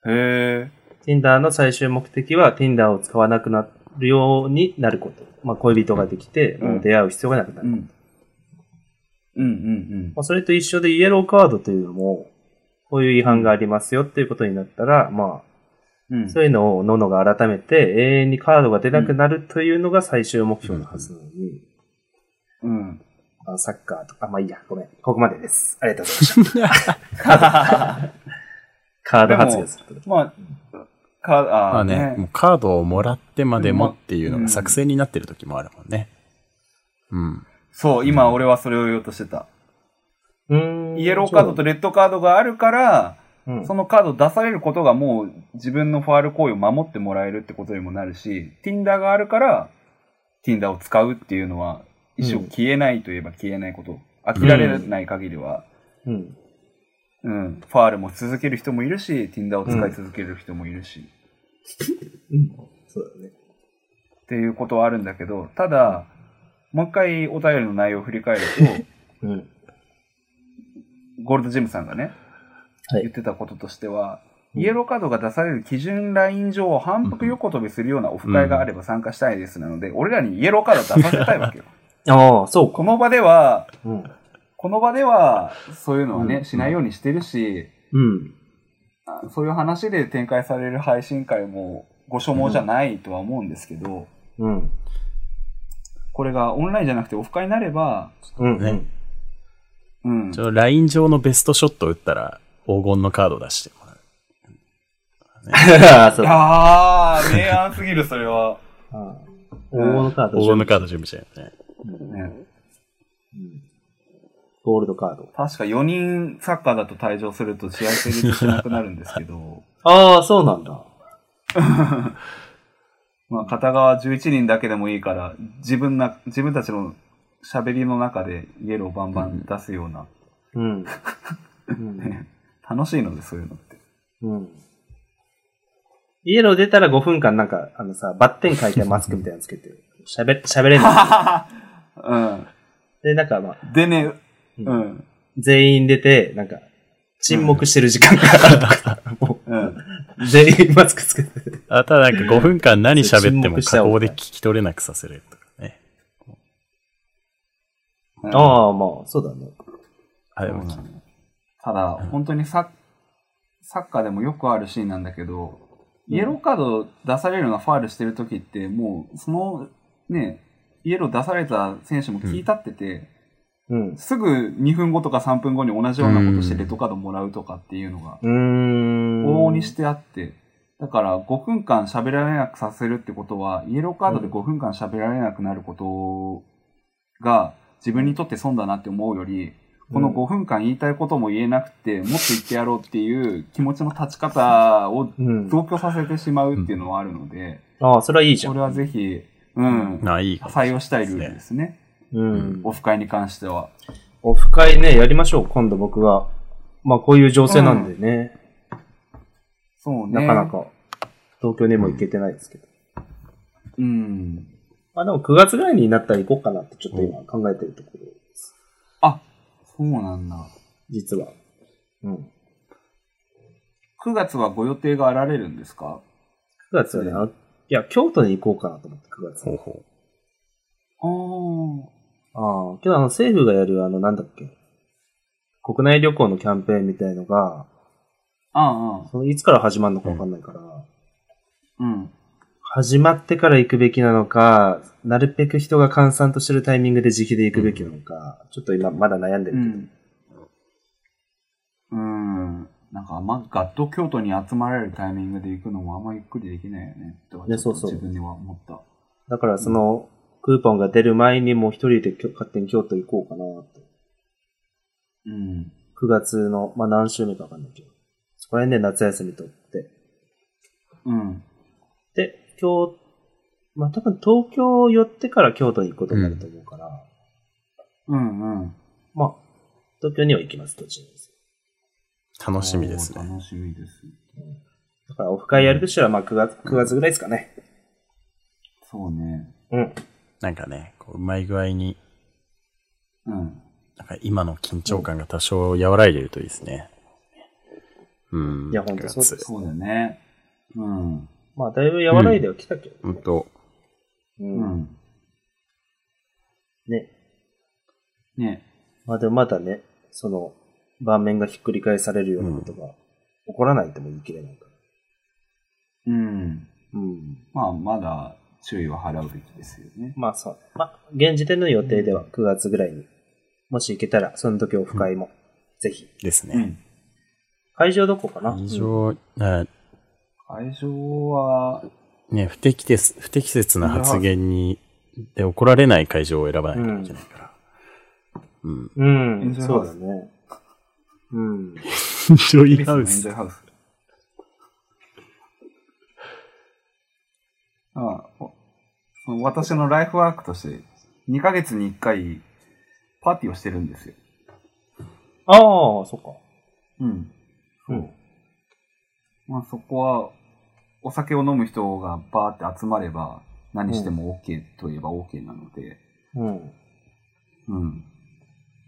へえ。
Tinder の最終目的は、Tinder を使わなくなっるようになること。まあ、恋人ができて、
うん
もう出会う必要がなくな
う
る。
ん。うんうん
まあ、それと一緒でイエローカードというのも、こういう違反がありますよっていうことになったら、ま
うん。うん
あ、そういうのをののが改めて永遠にカードが出なくなるというのが最終目標のはずなのに、
うん。
あサッカーとか、あまあいいや、ごめん。ここまでです。ありがとうございます。カード発言すること。
まあ、か、あ
ま
あ
あね、もうカードをもらってまでもっていうの
うん
が作戦になってる時もあるもんね。うん。
そう、今俺はそれを言おうとしてた。
うーん
イエローカードとレッドカードがあるから、
うん
そのカード出されることがもう自分のファール行為を守ってもらえるってことにもなるし、Tinder があるから、Tinder を使うっていうのは、一生消えないといえば消えないこと。飽きられない限りは、
うん。
うん、ファールも続ける人もいるし、Tinder を使い続ける人もいるし、
そうだね。
っていうことはあるんだけど、ただ、もう一回お便りの内容を振り返ると、
うん。
ゴールドジムさんがね、
はい
言ってたこととしては、イエローカードが出される基準ライン上を反復横跳びするようなオフ会があれば参加したいですなので、俺らにイエローカード出させたいわけよ。
ああ、そうか。
この場では、
うん。
この場では、そういうのはね、
うん
しないようにしてるし、
うん。
あそういう話で展開される配信会もご所望じゃないとは思うんですけど、
うん。
これがオンラインじゃなくてオフ会になれば、
うん。
ね
うん
ち、ょ、ライン上のベストショットを打ったら黄金のカード出してもらう。
ああ、 そう。
ああ、明暗すぎる、それは。
大物カード。
黄金のカード準備しないよね。
ね、
ゴールドカード。
確か4人サッカーだと退場すると試合成立しなくなるんですけど、
ああ、そうなんだ。
まあ、片側11人だけでもいいから、自分な、自分たちの喋りの中でイエローバンバン出すような、
うん。 うん。
楽しいので、そういう のって。
うん。イエロー出たら5分間なんか、あのさ、バッテン書いてマスクみたいなのつけ て、喋、喋れない。で、なんかまあ、
うん。でね、
う
うんん。
全員出て、なんか、沈黙してる時間があるとか、も
うん。
う、全員マスクつけて。
あとはなんか5分間何喋って
沈
も
黙しちゃ
加
おう
工で聞き取れなくさせれるとかね。
あ。
ああ、まあ、そうだね。
あ、でも、
そうなのただ、本当にサッサッカーでもよくあるシーンなんだけど、イエローカード出されるのがファールしてる時って、もう、その、ね、イエロー出された選手も聞い立ってて、
うん。
すぐ2分後とか3分後に同じようなことしてレッドカードもらうとかっていうのが
うーん。
往々にしてあって、だから5分間喋られなくさせるってことは、イエローカードで5分間喋られなくなることが自分にとって損だなって思うより、この
うん
5分間言いたいことも言えなくて、もっと言ってやろうっていう気持ちの立ち方を
うん。
増強させてしまうっていうのはあるので、
ああ、それはいいじゃ
こ
ん。
れはぜひ、うん、
なあ、いいかもしれな
採
い
用したいルールですね。
うん。
オフ会に関しては。
オフ会ね、やりましょう、今度僕が。まあ、こういう情勢なんでね、
そうね。
なかな。か、東京にも行けてないですけど。
うん。
まあ、でも9月ぐらいになったら行こうかなって、ちょっと今考えてるところです。
あ、そうなんだ。
実は。うん。
9月はご予定があられるんですか
9月はね、あいや、京都に行こうかなと思って、9月。
ほうほ
あー
ああ、けどあの、政府がやる、あの、なんだっけ。国内旅行のキャンペーンみたいのが、
ああ、
そのいつから始まるのかわかんないから、
うん。
始まってから行くべきなのか、なるべく人が閑散としてるタイミングで自費で行くべきなのか、ちょっと今まだ悩んで
う
るけど。
ん。うん。なんかあんまガッと京都に集まられるタイミングで行くのもあんまゆっくりできないよね。とか
ね
ちょっ
そ
と
うそう
自分には思った。
だからその、クーポンが出る前にもう一人できょ勝手に京都行こうかなって。
うん。
9月の、まあ何週目かわかんないけど。そこら辺で夏休み取って。
うん。
で、京、まあ多分東京寄ってから京都に行くことになると思うから、
うんうん。
まあ、東京には行きます、途中です。
う楽しみですね
おー。楽しみです。
だからオフ会やるとしたら、まあ9月、9月ぐらいですかね。
そうね。
うん。
なんかね、こううまい具合に、
うん。
なんか今の緊張感が多少和らいでるといいですね。うん。
いやほんとそうです
9月
そうだね。うん。
まあだいぶ和らいでは来たけど、
ほんと、
う。
うんん。
ね。
ね。
まあでもまだね、その、盤面がひっくり返されるようなことが起こらないとも言い切れないから。
うん。
うん。
まあ、まだ注意は払うべきですよね。
まあそう。まあ、現時点の予定では9月ぐらいに、もし行けたら、その時オフ会も、ぜひ。
ですね。
うん。
会場どこかな
以
うん
上、あ
会場は、
ね、不適切、不適切な発言に、で怒られない会場を選ばないといけないから。うん。
う
エン
ん、
ジョイ
そ
ハ
う
ウス
だね。うん。
ジョ
エ
イ
ンジ
ハウ
ョ
ス
イ。ハウス。ああおその私のライフワークとして、2ヶ月に1回、パーティーをしてるんですよ。
ああ、そっか。
うん。
う
うんん。まあそこは、お酒を飲む人がバーって集まれば、何しても OK といえば OK なので、
うん。
うん。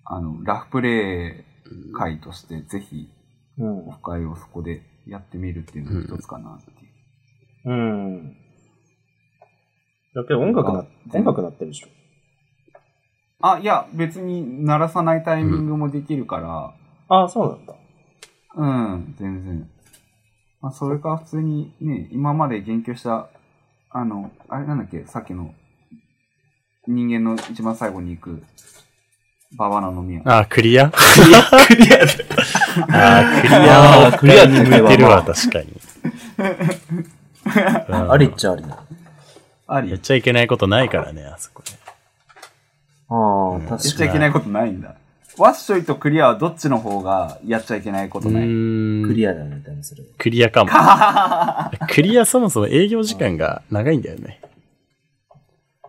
あの、ラフプレイ会として、ぜひ、
うん
オ。フ会をそこでやってみるっていうのが一つかなっていう。
うん。だけど音楽な、音楽なってるでしょ。
あ、いや、別に鳴らさないタイミングもできるから、
ああ、そうなんだ。
うん、全然。まあ、それか普通にね、今まで言及した、あの、あれなんだっけ、さっきの、人間の一番最後に行く、ババナの宮。
あ、クリア
クリア
あークリア
あー
は
クリアって
に
言えば
向いてるわ、確かに。うん
ありっちゃありな。
あり。
や
言
っちゃいけないことないからね、あそこね。
ああ、
ん
確か
っちゃいけないことないんだ。ワッショイとクリアはどっちの方がやっちゃいけないこと
う
ない。
にク
ーん。
リアだね、多分それ。
クリアかも。 クリアそもそも営業時間が長いんだよね。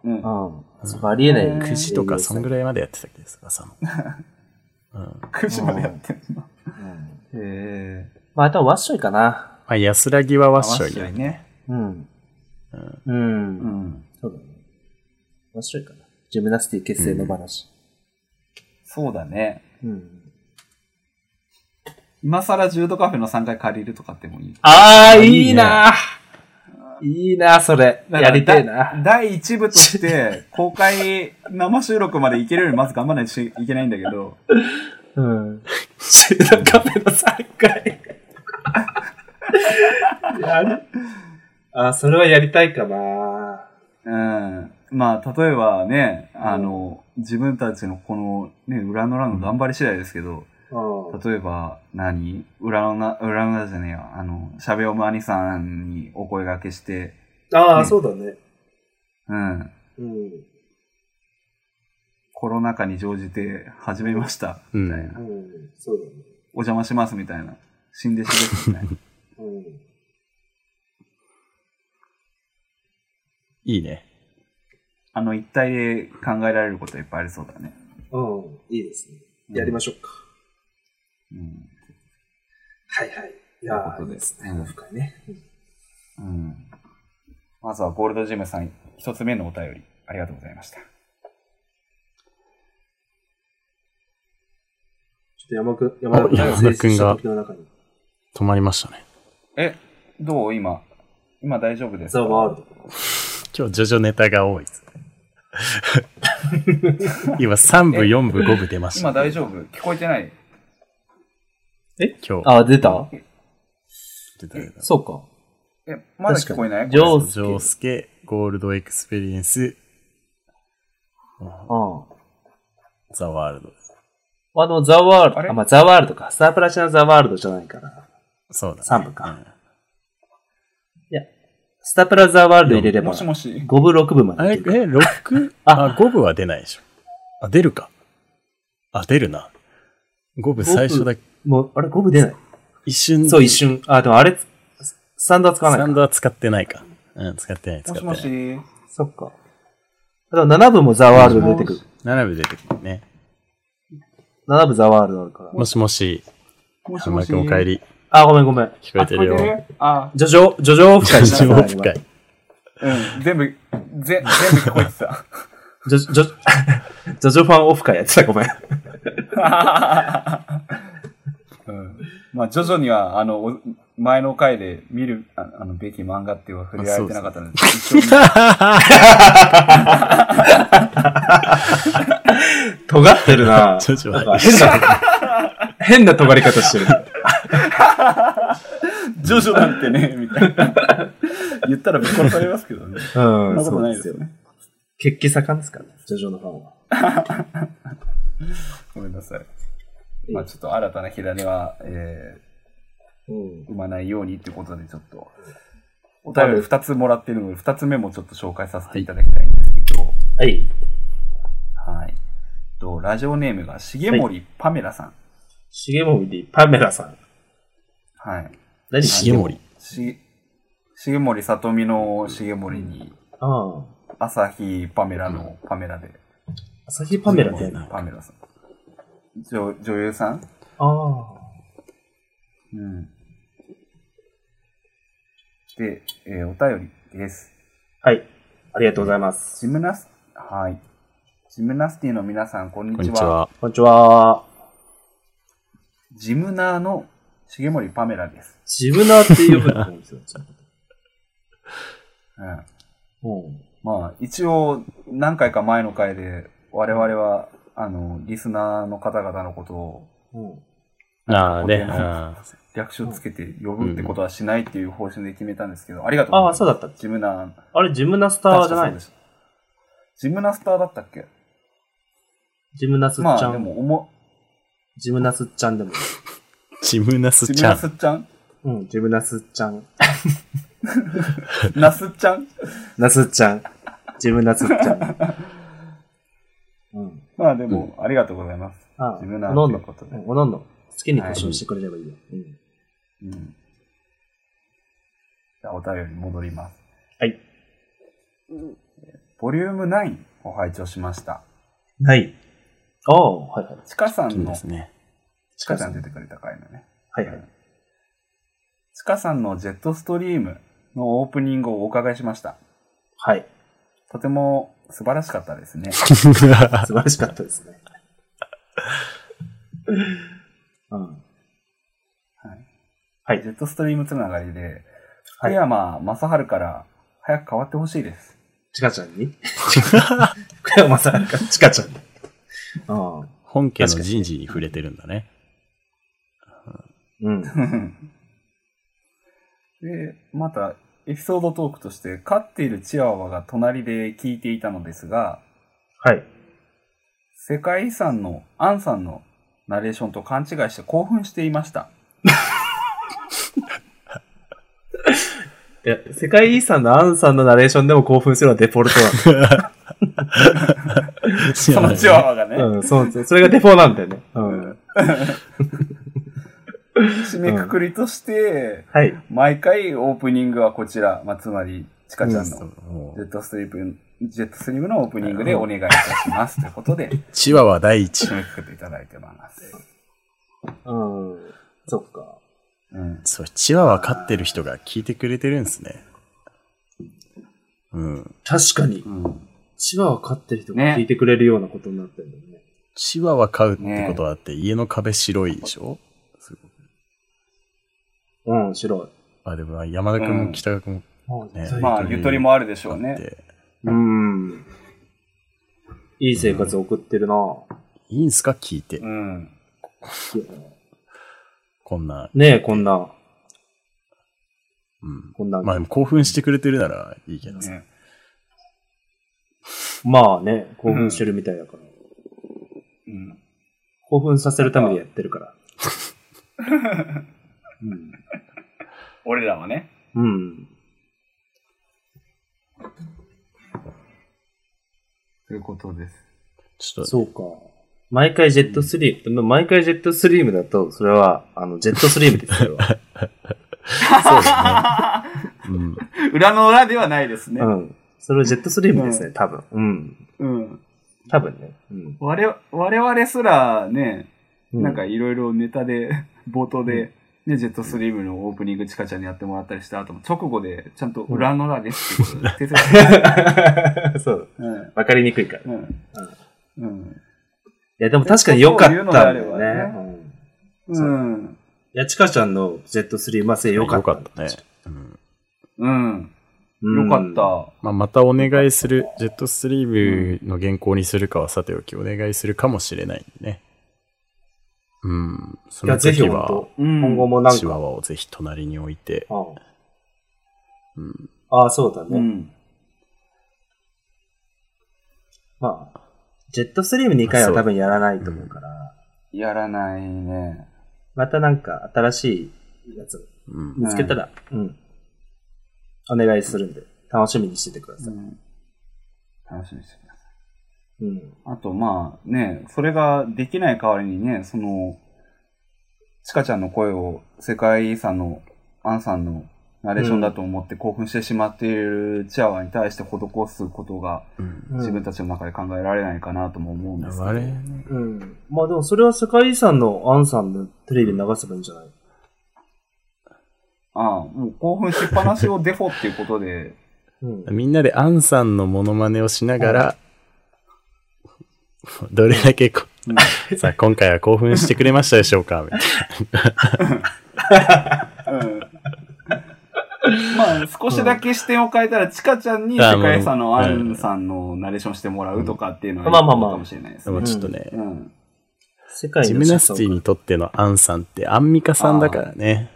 うん
あ。あ、そっか、ありえない。
うん
9時とかそんぐ
らい。
らいまでやってたけどさ、朝の。うん。
9時までやってんの。
うん
へえ。
まあ、あとはワッショイかな。
まあ、安らぎは
ワ
ワッシ
ッ
ョイ
シ
だ
ョイ
よね。
ね。
うん。う。
うんん。
そうだね。ワッショイかな。ジムナスティ結成の話。
そうだね。
うん。
今更柔道カフェの3階借りるとかってもいい。
ああ、い
い
い
い
な
な
ーいいな、それ。
だから
やりてえ
だ
な。
第1部として、公開生収録までいけるようにまず頑張らないといけないんだけど、
うん。中途カフェの3回。やる あ、それはやりたいかな。
うん。まあ、例えばね、あの、自分たちのこの、ね、裏の裏の頑張り次第ですけど、
うん。
例えば何、裏のな、裏の裏じゃねえよ。あの、喋おむ兄さんにお声掛けして、
ああ、
ね
そうだね。
うん。
うん。
コロナ禍に乗じて始めました、
うん
みたいな。
うん。そうだね。
お邪魔します、みたいな。死んで死です、みたいな。
うん。
いいね。
あの、一体で考えられることいっぱいありそうだね。
うん。いいですね。やりましょうか。
うん。
はいはい。いや
というこ
ー、
と
いい
で
ですね。深いね。
うんまずはゴールドジムさん、一つ目のお便り、ありがとうございました。
ちょっと山く山田君、
あ山田君が
の中に、
止まりましたね。
え、どう今。今大丈夫です
ザ・
か
ワールド。
今日、ジョジョネタが多いですね。今、3部、4部、5部出ました
今
ね、
大丈夫聞こえてない
今日。
あ、出た
出た出た
そうか。
え、まだ聞こえない
確かに
こ
上
れ
手
ジョースケ、ゴールドエクスペリエンス、
うん。
ザ・ワールド。
あの、ザ・ワールド、
あれ
あまあ、ザ・ワールドか。スタープラチナ・ザ・ワールドじゃないから。
そうだ、ね。
三部かスタプラ・ザ・ワールド入れれば、
もし
5
もし。
部、6部ま
あ
で
れ、え、
いける。
6? あ、5部は出ないでしょ。あ、出るか。あ、出るな。5部最初だけ、
もう、あれ、5部出ない。
一瞬、
そう、一瞬。あ、でもあれ、ススタンドは使わ
ス
な
タ
いか。
ンドは使ってないか。うん、使ってない、使
も
って
し
な
も
い。
し。
そっか。あと7部もザ・ワールド出てくる。
7部出てくるね。
7部ザ・ワールドあるから。
もしもし、
もし
山
も
田
し。
君お帰り。
あ、ごめんごめん。
聞こえてる
あ聞
よ。
こえてるあ、
ジョジョ、ジョジョオフ会し
ジ
た
ョ
から
ー
今
深い。
うん。全部、ぜ全部聞こえてた。
ジョジョ、 ジョジョジョファンオフ会やってた、ごめん。
うんまあ、徐々には、あの、お前の回で見るああのべき漫画っていうのは触れられてなかったので、一応
尖ってるな
ちょちょ
なんか変な、変な尖り方してる。
ジョジョなんてね、 みたいな。言ったらぶっ殺されますけどね。
う、
そんなんこと
そう
ない
で
です
よ
すよ。ね。
血気盛んですからね、ジョジョのファンは。
ごめんなさい。まあちょっと新たな火種は、え
うん
ー、生まないようにってことでちょっと、お便り2つもらってるので、2つ目もちょっと紹介させていただきたいんですけど、
はい。
はい。と、ラジオネームが重森パメラさん。
重森でパメラさん。
はい。
何
重森。
し、重森さとみの重森に、
ああ。
朝日パメラのパメラで、
朝日パメラみたい
重
な。
森パメラさん。女女優さん
ああ。
うん。で、えーお便りです。
はい。ありがとうございます。
ジムナス、はい。ジムナスティの皆さん、こんに
こん
ち
に
は。
ちは。
こんにちは。
ジムナーの重森パメラです。
ジブナーって呼ぶと思うんですよ。
うん。
うん。
まあ、一応、何回か前の回で、我々は、あの、リスナーの方々のことを、
うん。
ああね。
ここで
あー
略称つけて呼ぶってことはしないっていう方針で決めたんですけど、ありがとうござい
あ
ま
あ、
す。
そうだったっけ
ジムナー、
あれ、ジムナスターじゃないの
す。ジムナスターだったっけ
ジムナスち
ま
ゃ
あ、で
ん。
も、おも、
ジムナスちゃんでも。
ジムナス
ジム
ちゃ
ナ
ん。
スちゃん
うん、ジムナスちゃん。
ナスちゃん
ナスちゃん。ジムナスちゃん。 うん。
まあでも、ありがとうございます。
ああ、
ジムナ
おの
ー
ん
とい
の
うことで
うんおのんの。好きに投資をしてくれればいいよ。うん。
うん。じゃあ、お便り戻ります。
はい。
ボリューム9を拝聴しました。
ない。ああ、はいはい。
ちかさん
そう
の
で、すね。
ちかちゃん出てくれた回のね。
はいはい。
ちかさんのジェットストリームのオープニングをお伺いしました。
はい。
とても素晴らしかったですね。
素晴らしかったです ね。うん。はい
ジェットストリームつながりで、
はい
福山雅治から早く変わってほしいです。
チカちゃんに 福山さんか、チカちゃんに。ああ。
本家の人事に触れてるんだね。
うん。
で、また、エピソードトークとして、飼っているチワワが隣で聞いていたのですが、
はい。
世界遺産のアンさんのナレーションと勘違いして興奮していました。
いや、世界遺産のアンさんのナレーションでも興奮するのはデフォルト
そのチワワがね、
なんだ。うん、そうですそれがデフォなんだよね。うん。
締めくくりとして、
はい。
毎回オープニングはこちら、まあ、つまり、チカちゃんの
も
ジ
う
ェットストリーム、ジェットストリームのオープニングでお願いいたします。ということ で、
チワワ第一。
締めくくっていただいてます。
うん。そっか。
うん。
そう、チワワ飼ってる人が聞いてくれてるんですね。うん。
確かに
う、ん。
千葉を飼ってる人が
ね
聞いてくれるようなことになってるんだよね。
チワワ飼うってことはだって家の壁白いでしょすごい
うん、白
あ、でも山田君も北川君も
い。
ね
まあ、ゆとりもあるでしょ
飼
う
っ
ね。
て。
うん。いい生活送ってるな、
いいんすか聞いて
う。ん。
こんな。
ねえ、こんな、
うん。
こんな。
まあでも興奮してくれてるならいいけどさ。
ね
まあね、興奮してるみたいだから。
うん。
興奮させるためにやってるから。
俺らはね。
うん。
ということです。
ちょっと、
そうか。毎回ジェットストリーム、毎回ジェットストリームだと、それは、あの、ジェットストリームですよ。
そうだね。うん。
裏の裏ではないですね
う。ん。それはジェットストリームですね、多分。うん。
うん。
多分ね。うん。
我々我々すらね、
う
なんか、いろいろネタで、 冒頭で、ね、ジェットストリームのオープニングチカちゃんにやってもらったりした後も、直後で、ちゃんと裏の 裏ですってこと で、
そう。
うん。
わかりにくいから。い
うん。うん。
や、でも確かに良かったんだよね。
そういうのであればね
うん
うん。
やちかちゃんの Z3 マセ良かった。
よかったね。うん
うん。
うん。
よかった。
まあ、またお願いする、ジェットストリームの原稿にするかはさておき、お願いするかもしれないね。うん。そ
いや、
の
ぜひ
時
本
は
当、
うん
今後もなん
チワ
か、
ワをぜひ隣に置いて、
あ
うん、
ああ、そうだね。
うん。
まあ、ジェットストリーム2回は多分やらないと思うから、
やらないね。
またなんか新しいやつを
うん。
見つけたら、うん。お願いするんで、楽しみにしててくだ
う
さい。
ん。楽しみにしてます。
うん。
あと、まあね、それができない代わりにね、その、ちかちゃんの声を世界遺産のアンさんのナレーションだと思って興奮してしまっているチアワに対して施すことが
うん。
うん
自分たちの中で考えられないかなとも思うんですけど。
あれね。
うん。まあでもそれは世界遺産のアンさんのテレビで流せばいいんじゃない
ああ、もう興奮しっぱなしをデフォっていうことで、
うん。
みんなでアンさんのモノマネをしながら、どれだけこ、さあ、今回は興奮してくれましたでしょうかみたい
うん まあ、少しだけ視点を変えたら、ちかちゃんに世界遺産のアンさんのナレーションしてもらうとかっていうのは、
まあまあまあ
かもしれないです
な。
ね
もう。ちょっとね
う、ん。
世界の
ジムナスティにとってのアンさんってアンミカさんだからね。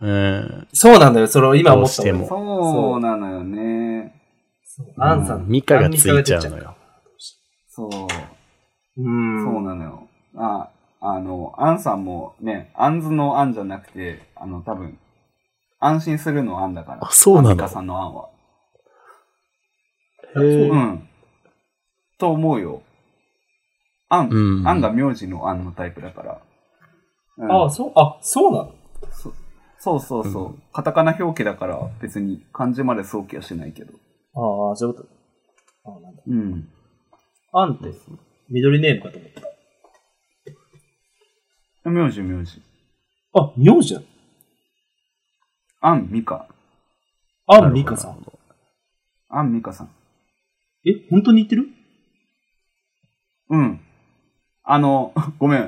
うん。
そうなんだよ、それを今思った
どうして
も
も
そうなのよね。
アンさん。
ミカがついちゃうのよ。
そう。
うん。
そうなのよ。あ、あの、アンさんもね、アンズのアンじゃなくて、あの、多分、安心するのアンだから。
あそうなの
アンミカさんのアンは。
へー
うん。と思うよ。アン、
うん
アンが名字のアンのタイプだから。うん
ああ、そう、あ、そうなの
そうそうそう。カタカナ表記だから別に漢字まで想起はしないけど。
ああ、そういうこと。ああ、なんだ。
うん。
アンって、緑ネームかと思った。
名字名字。
あ、名字だ。
アンミカ。
アンミカさん。
アンミカさん。
え、本当に言ってる
うん。あの、 ごめん。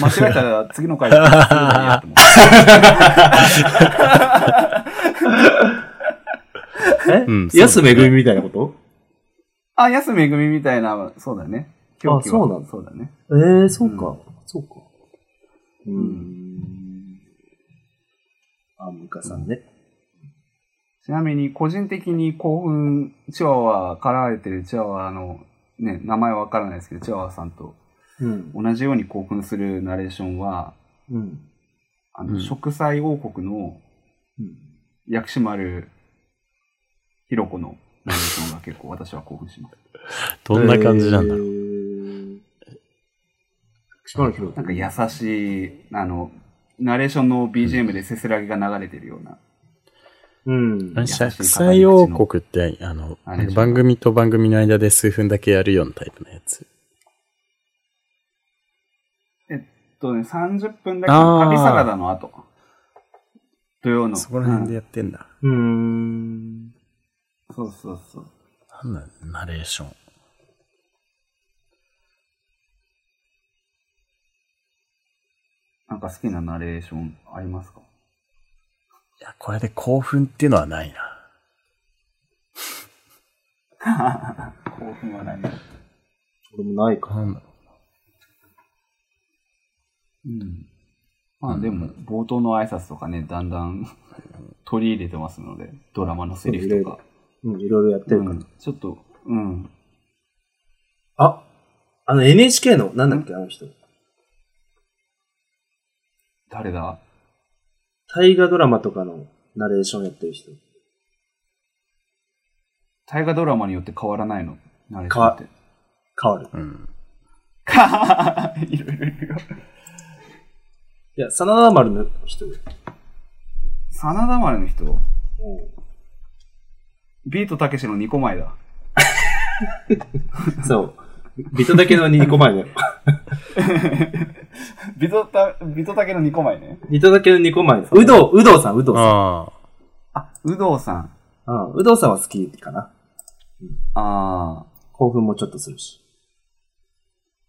間違えたら次 の回で忘れればいいやと思って。
え
うん
安めぐみみたいなこと
あ、安めぐみみたいな、そうだね。狂気
あ
は
そうなんだ
そうだね。
ええそうか。そうか。うーん。アンミカさんね。
ちなみに、個人的に興奮、チワワ、かられてるチワワの、ね、名前はわからないですけど、チワワさんと
うん。
同じように興奮するナレーションは、
うん。
あの、
うん
植栽王国の
うん
薬師丸ひろ子のナレーションが結構私は興奮します。
どんな感じなんだろう。
ろう。しばらく
なんか優しい、あの、ナレーションの BGM でせせらぎが流れてるような。
うん。
あれ、
優しい語り口の
借災王国って、あの、
あれ
なん
で
か
しょ
番組と番組の間で数分だけやるようなタイプのやつ。
とね、30分だけの
あー
旅サラダの後。土曜の。
そこら辺で
うん
やってんだ。
うーん。
そうそうそ
な
う。
んだ、ナレーション。
なんか好きなナレーションありますか
いや、これで興奮っていうのはないな。
興奮はない。
俺もないか。
なんだろ
うん。まあでも、冒頭の挨拶とかね、だんだん 取り入れてますので、ドラマのセリフとか。
うん、いろいろやって
う
るから。
ん、ちょっと、うん。
あ、あの NHK の、なんだっけ、あの人。
誰だ
大河ドラマとかのナレーションやってる人。
大河ドラマによって変わらないのナレーションって。
変わる。
う。うん。
いろいろいるよ。
いや、真田丸の人よ。
真田丸の人
う
ビートたけしの2個前だ。
んそう。ビトだけの2個前だよ。
ビトた、ビトたけの2個前ね。
ビトだけの2個前。うどう、うどうさん、うどうさん。
ああ。
あ、有働さん。
うん、うどうさんは好きかな。
あ
興奮もちょっとするし。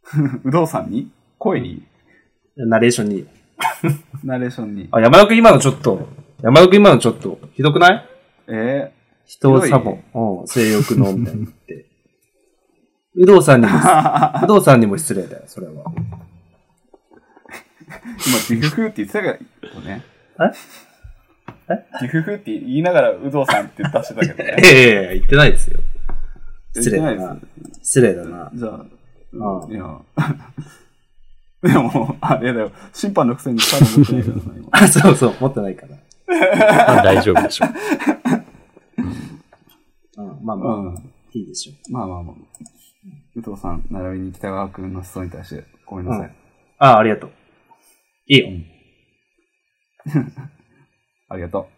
ー、有働さんに声に
ナレーションに。
ナレーションに。
あ、山田君今のちょっと、山田君今のちょっと、ひどくない
え
人をサボン、うん、性欲の、みたいなって。 有働さんに も、 有働さんにも失礼だよ、それは。
ー、今、ディフフって言ってたけどね。
え
ディフフって言いながら、有働さんって出してたけどね。
ええええ言ってないですよ。失礼だ
言って
な。失礼だな。
じゃあ、
あ
いや。 でも、あれだよ。審判のくせにカード持ってないからな、今。
あ、そうそう、持ってないから。
まあ大丈夫でしょう。
うん、まあまあ、
うん。
いいでしょう。
まあまあまあ。有働さん、並びに北川君の質問に対して、ごめんなさい。
うんあ、ありがとう。いいよ。
ありがと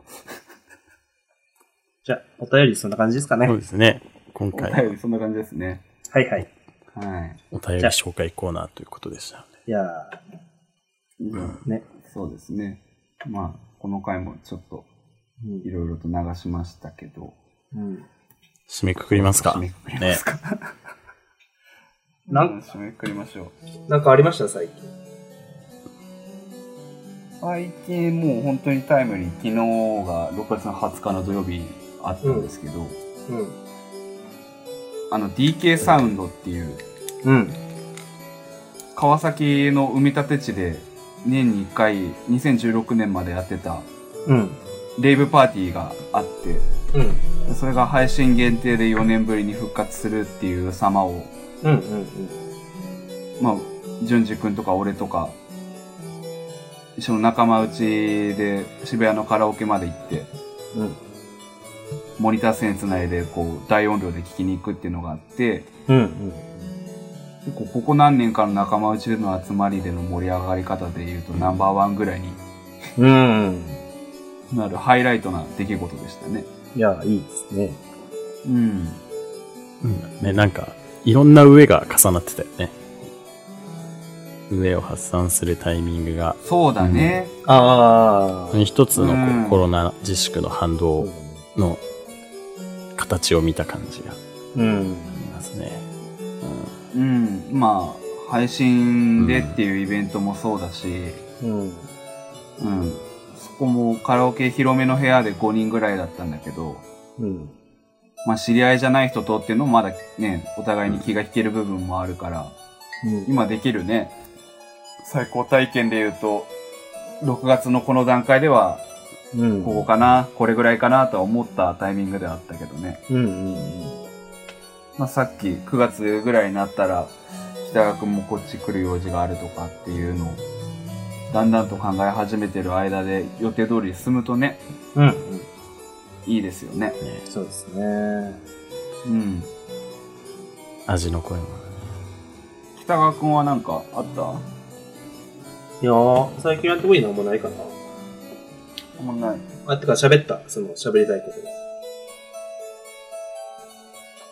じゃあ、お便りそんな感じですかね。
そうですね。今
う。お
回
便
は
り、そんな感じですね。
はいはい。
はい。
お便り紹介コーナーということでしたので。
いやー、ね。
そうですね。まあ、この回もちょっと、いろいろと流しましたけど。
うん。うん、
締めくくりますか。
締めくくりますか。
な
うん
ん、
締めくくりましょう。
なんかありました最近。
最近もう本当にタイムリー、昨日が6月の20日の土曜日あったんですけど、
うん。
あの DK サウンドっていう、
うん。
川崎の埋め立て地で年に1回2016年までやってた
うん。
レイブパーティーがあって
うん。
それが配信限定で4年ぶりに復活するっていう様を
うん。うん。
まあ淳二君とか俺とか一緒の仲間内で渋谷のカラオケまで行って
うん。
モニター線つないでこう大音量で聴きに行くっていうのがあって
うん。うん。
結構ここ何年かの仲間内での集まりでの盛り上がり方でいうとナンバーワンぐらいに
うん。
なるハイライトな出来事でしたね。
いや、いいですね。
うん、
うんね、なんか、いろんな上が重なってたよね。上を発散するタイミングが、
そうだね。
ああ。
一つのこう
うん
コロナ自粛の反動の形を見た感じがあ
うん。
りますね。
うん、まあ配信でっていうイベントもそうだし、
うん。
うん、そこもカラオケ広めの部屋で5人ぐらいだったんだけど、
うん。
まあ知り合いじゃない人とっていうのもまだね、お互いに気が引ける部分もあるから、
うん。
今できるね、最高体験で言うと、6月のこの段階では、
うん。
ここかな、これぐらいかなとは思ったタイミングではあったけどね。
うん。うん。
まあ、さっき9月ぐらいになったら北川君もこっち来る用事があるとかっていうのをだんだんと考え始めてる間で予定通り進むとね
うん。
いいですよね
ね
そうですね。
うん
味の声もね。
北川君は何かあった
いやー、最近やってもいいのもないかな。
あんまない
あ、てか喋った。その、喋りたいこ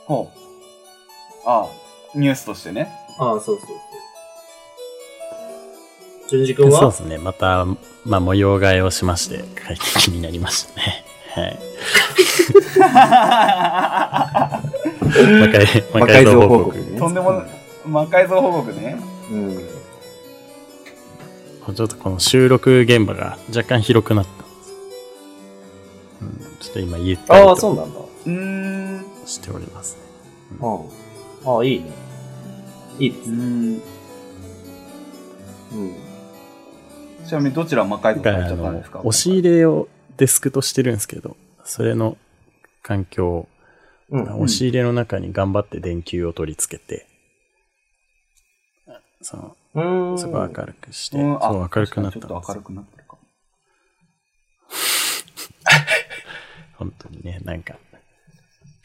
と。
ほうああニュースと してね
ああ、そうそうそう。淳二君
そうで
は
すね。また、まあ、模様替えをしまして、快適になりましたね。 はい。魔界、魔界像報告。
ね
とんでもない魔改造報告ね
うん。
ちょっとこの収録現場が若干広くなったんですよ。うん、ちょっと今ゆったり
ああ、そう
と
なんだ。
うーん
しておりますね。
うん。ああ、いいね。いいで
う
すね。
ーん
うん。
ちなみにどちら魔改造
今
さ
回
れち
あ
ゃったん
の
ですか、
押し入れをデスクとしてるんですけど、それの環境を、
うん。
押し入れの中に頑張って電球を取り付けて、その、
うん。
すごい明るくして、
うんあ
そう明るくなったん
確かにちょっ
で
と
す
明る
よ。
くなってるかも
本当にね、なんか、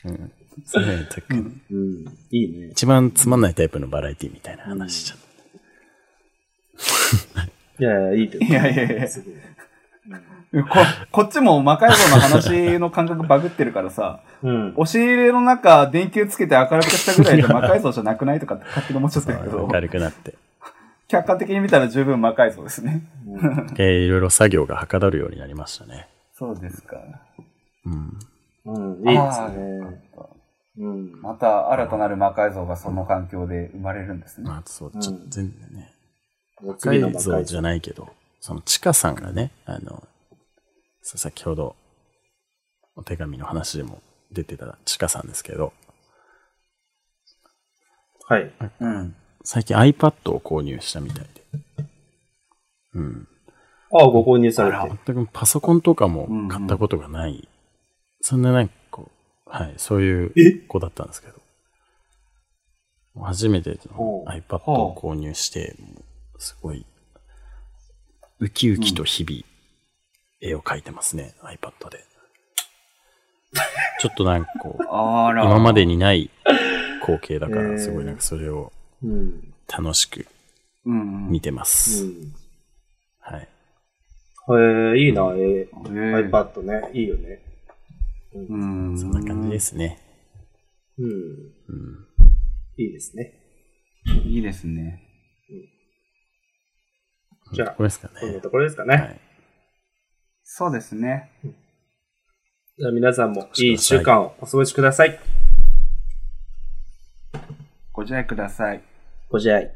うん、そういうのに特
う
に
ん
うん。いいね。
一番つまんないタイプのバラエティみたいな話しちゃった。
いやいや、いいけど。
いやいやいや
すごい
ここっちも魔改造の話の感覚バグってるからさ、
うん。
押し入れの中電球つけて明るくしたぐらいで魔改造じゃなくないとかって勝手に思っちゃってるけ
そう
ど、
明るくなって。
客観的に見たら十分魔改造ですね。
えーいろいろ作業がはかどるようになりましたね。
そうですか。
うん。
うん、いいですね。うん。
また新たなる魔改造がその環境で生まれるんですね。
まあ、そう、ちょっと
うん
全然ね、
もう
魔
次の
改
魔
造
改
じ
造。
ゃないけど、その、ちかさんがね、あの、そう先ほど、お手紙の話でも出てたちかさんですけど、
はい。
うん。
最近 iPad を購入したみたいで。うん。
ああ、ご購入されて。
全くパソコンとかも買ったことがない。そんななんかこう、はい、そういう子だったんですけど。もう初めて
ほう
iPad を購入して、もうすごい、ウキウキと日々、絵を描いてますね、iPad で。ちょっとなんかこう、
あら。
今までにない光景だか
え
ら、
ー
すごいなんかそれを
うん。
楽しく
うんうん。
見てま
う
す。
ん。
はい。
へえいいな、え
え
え
ー
iPad ね。いいよね。
うん。
そんな感じですね。
うん。
うん。
いいですね。
いいですね。
じゃあ
これですか
こんな
ね。
ところですかね。
はい。
そうですね。
じゃあ皆さんもいい一週間をお過ごしください。
ご自愛ください。
ご自愛。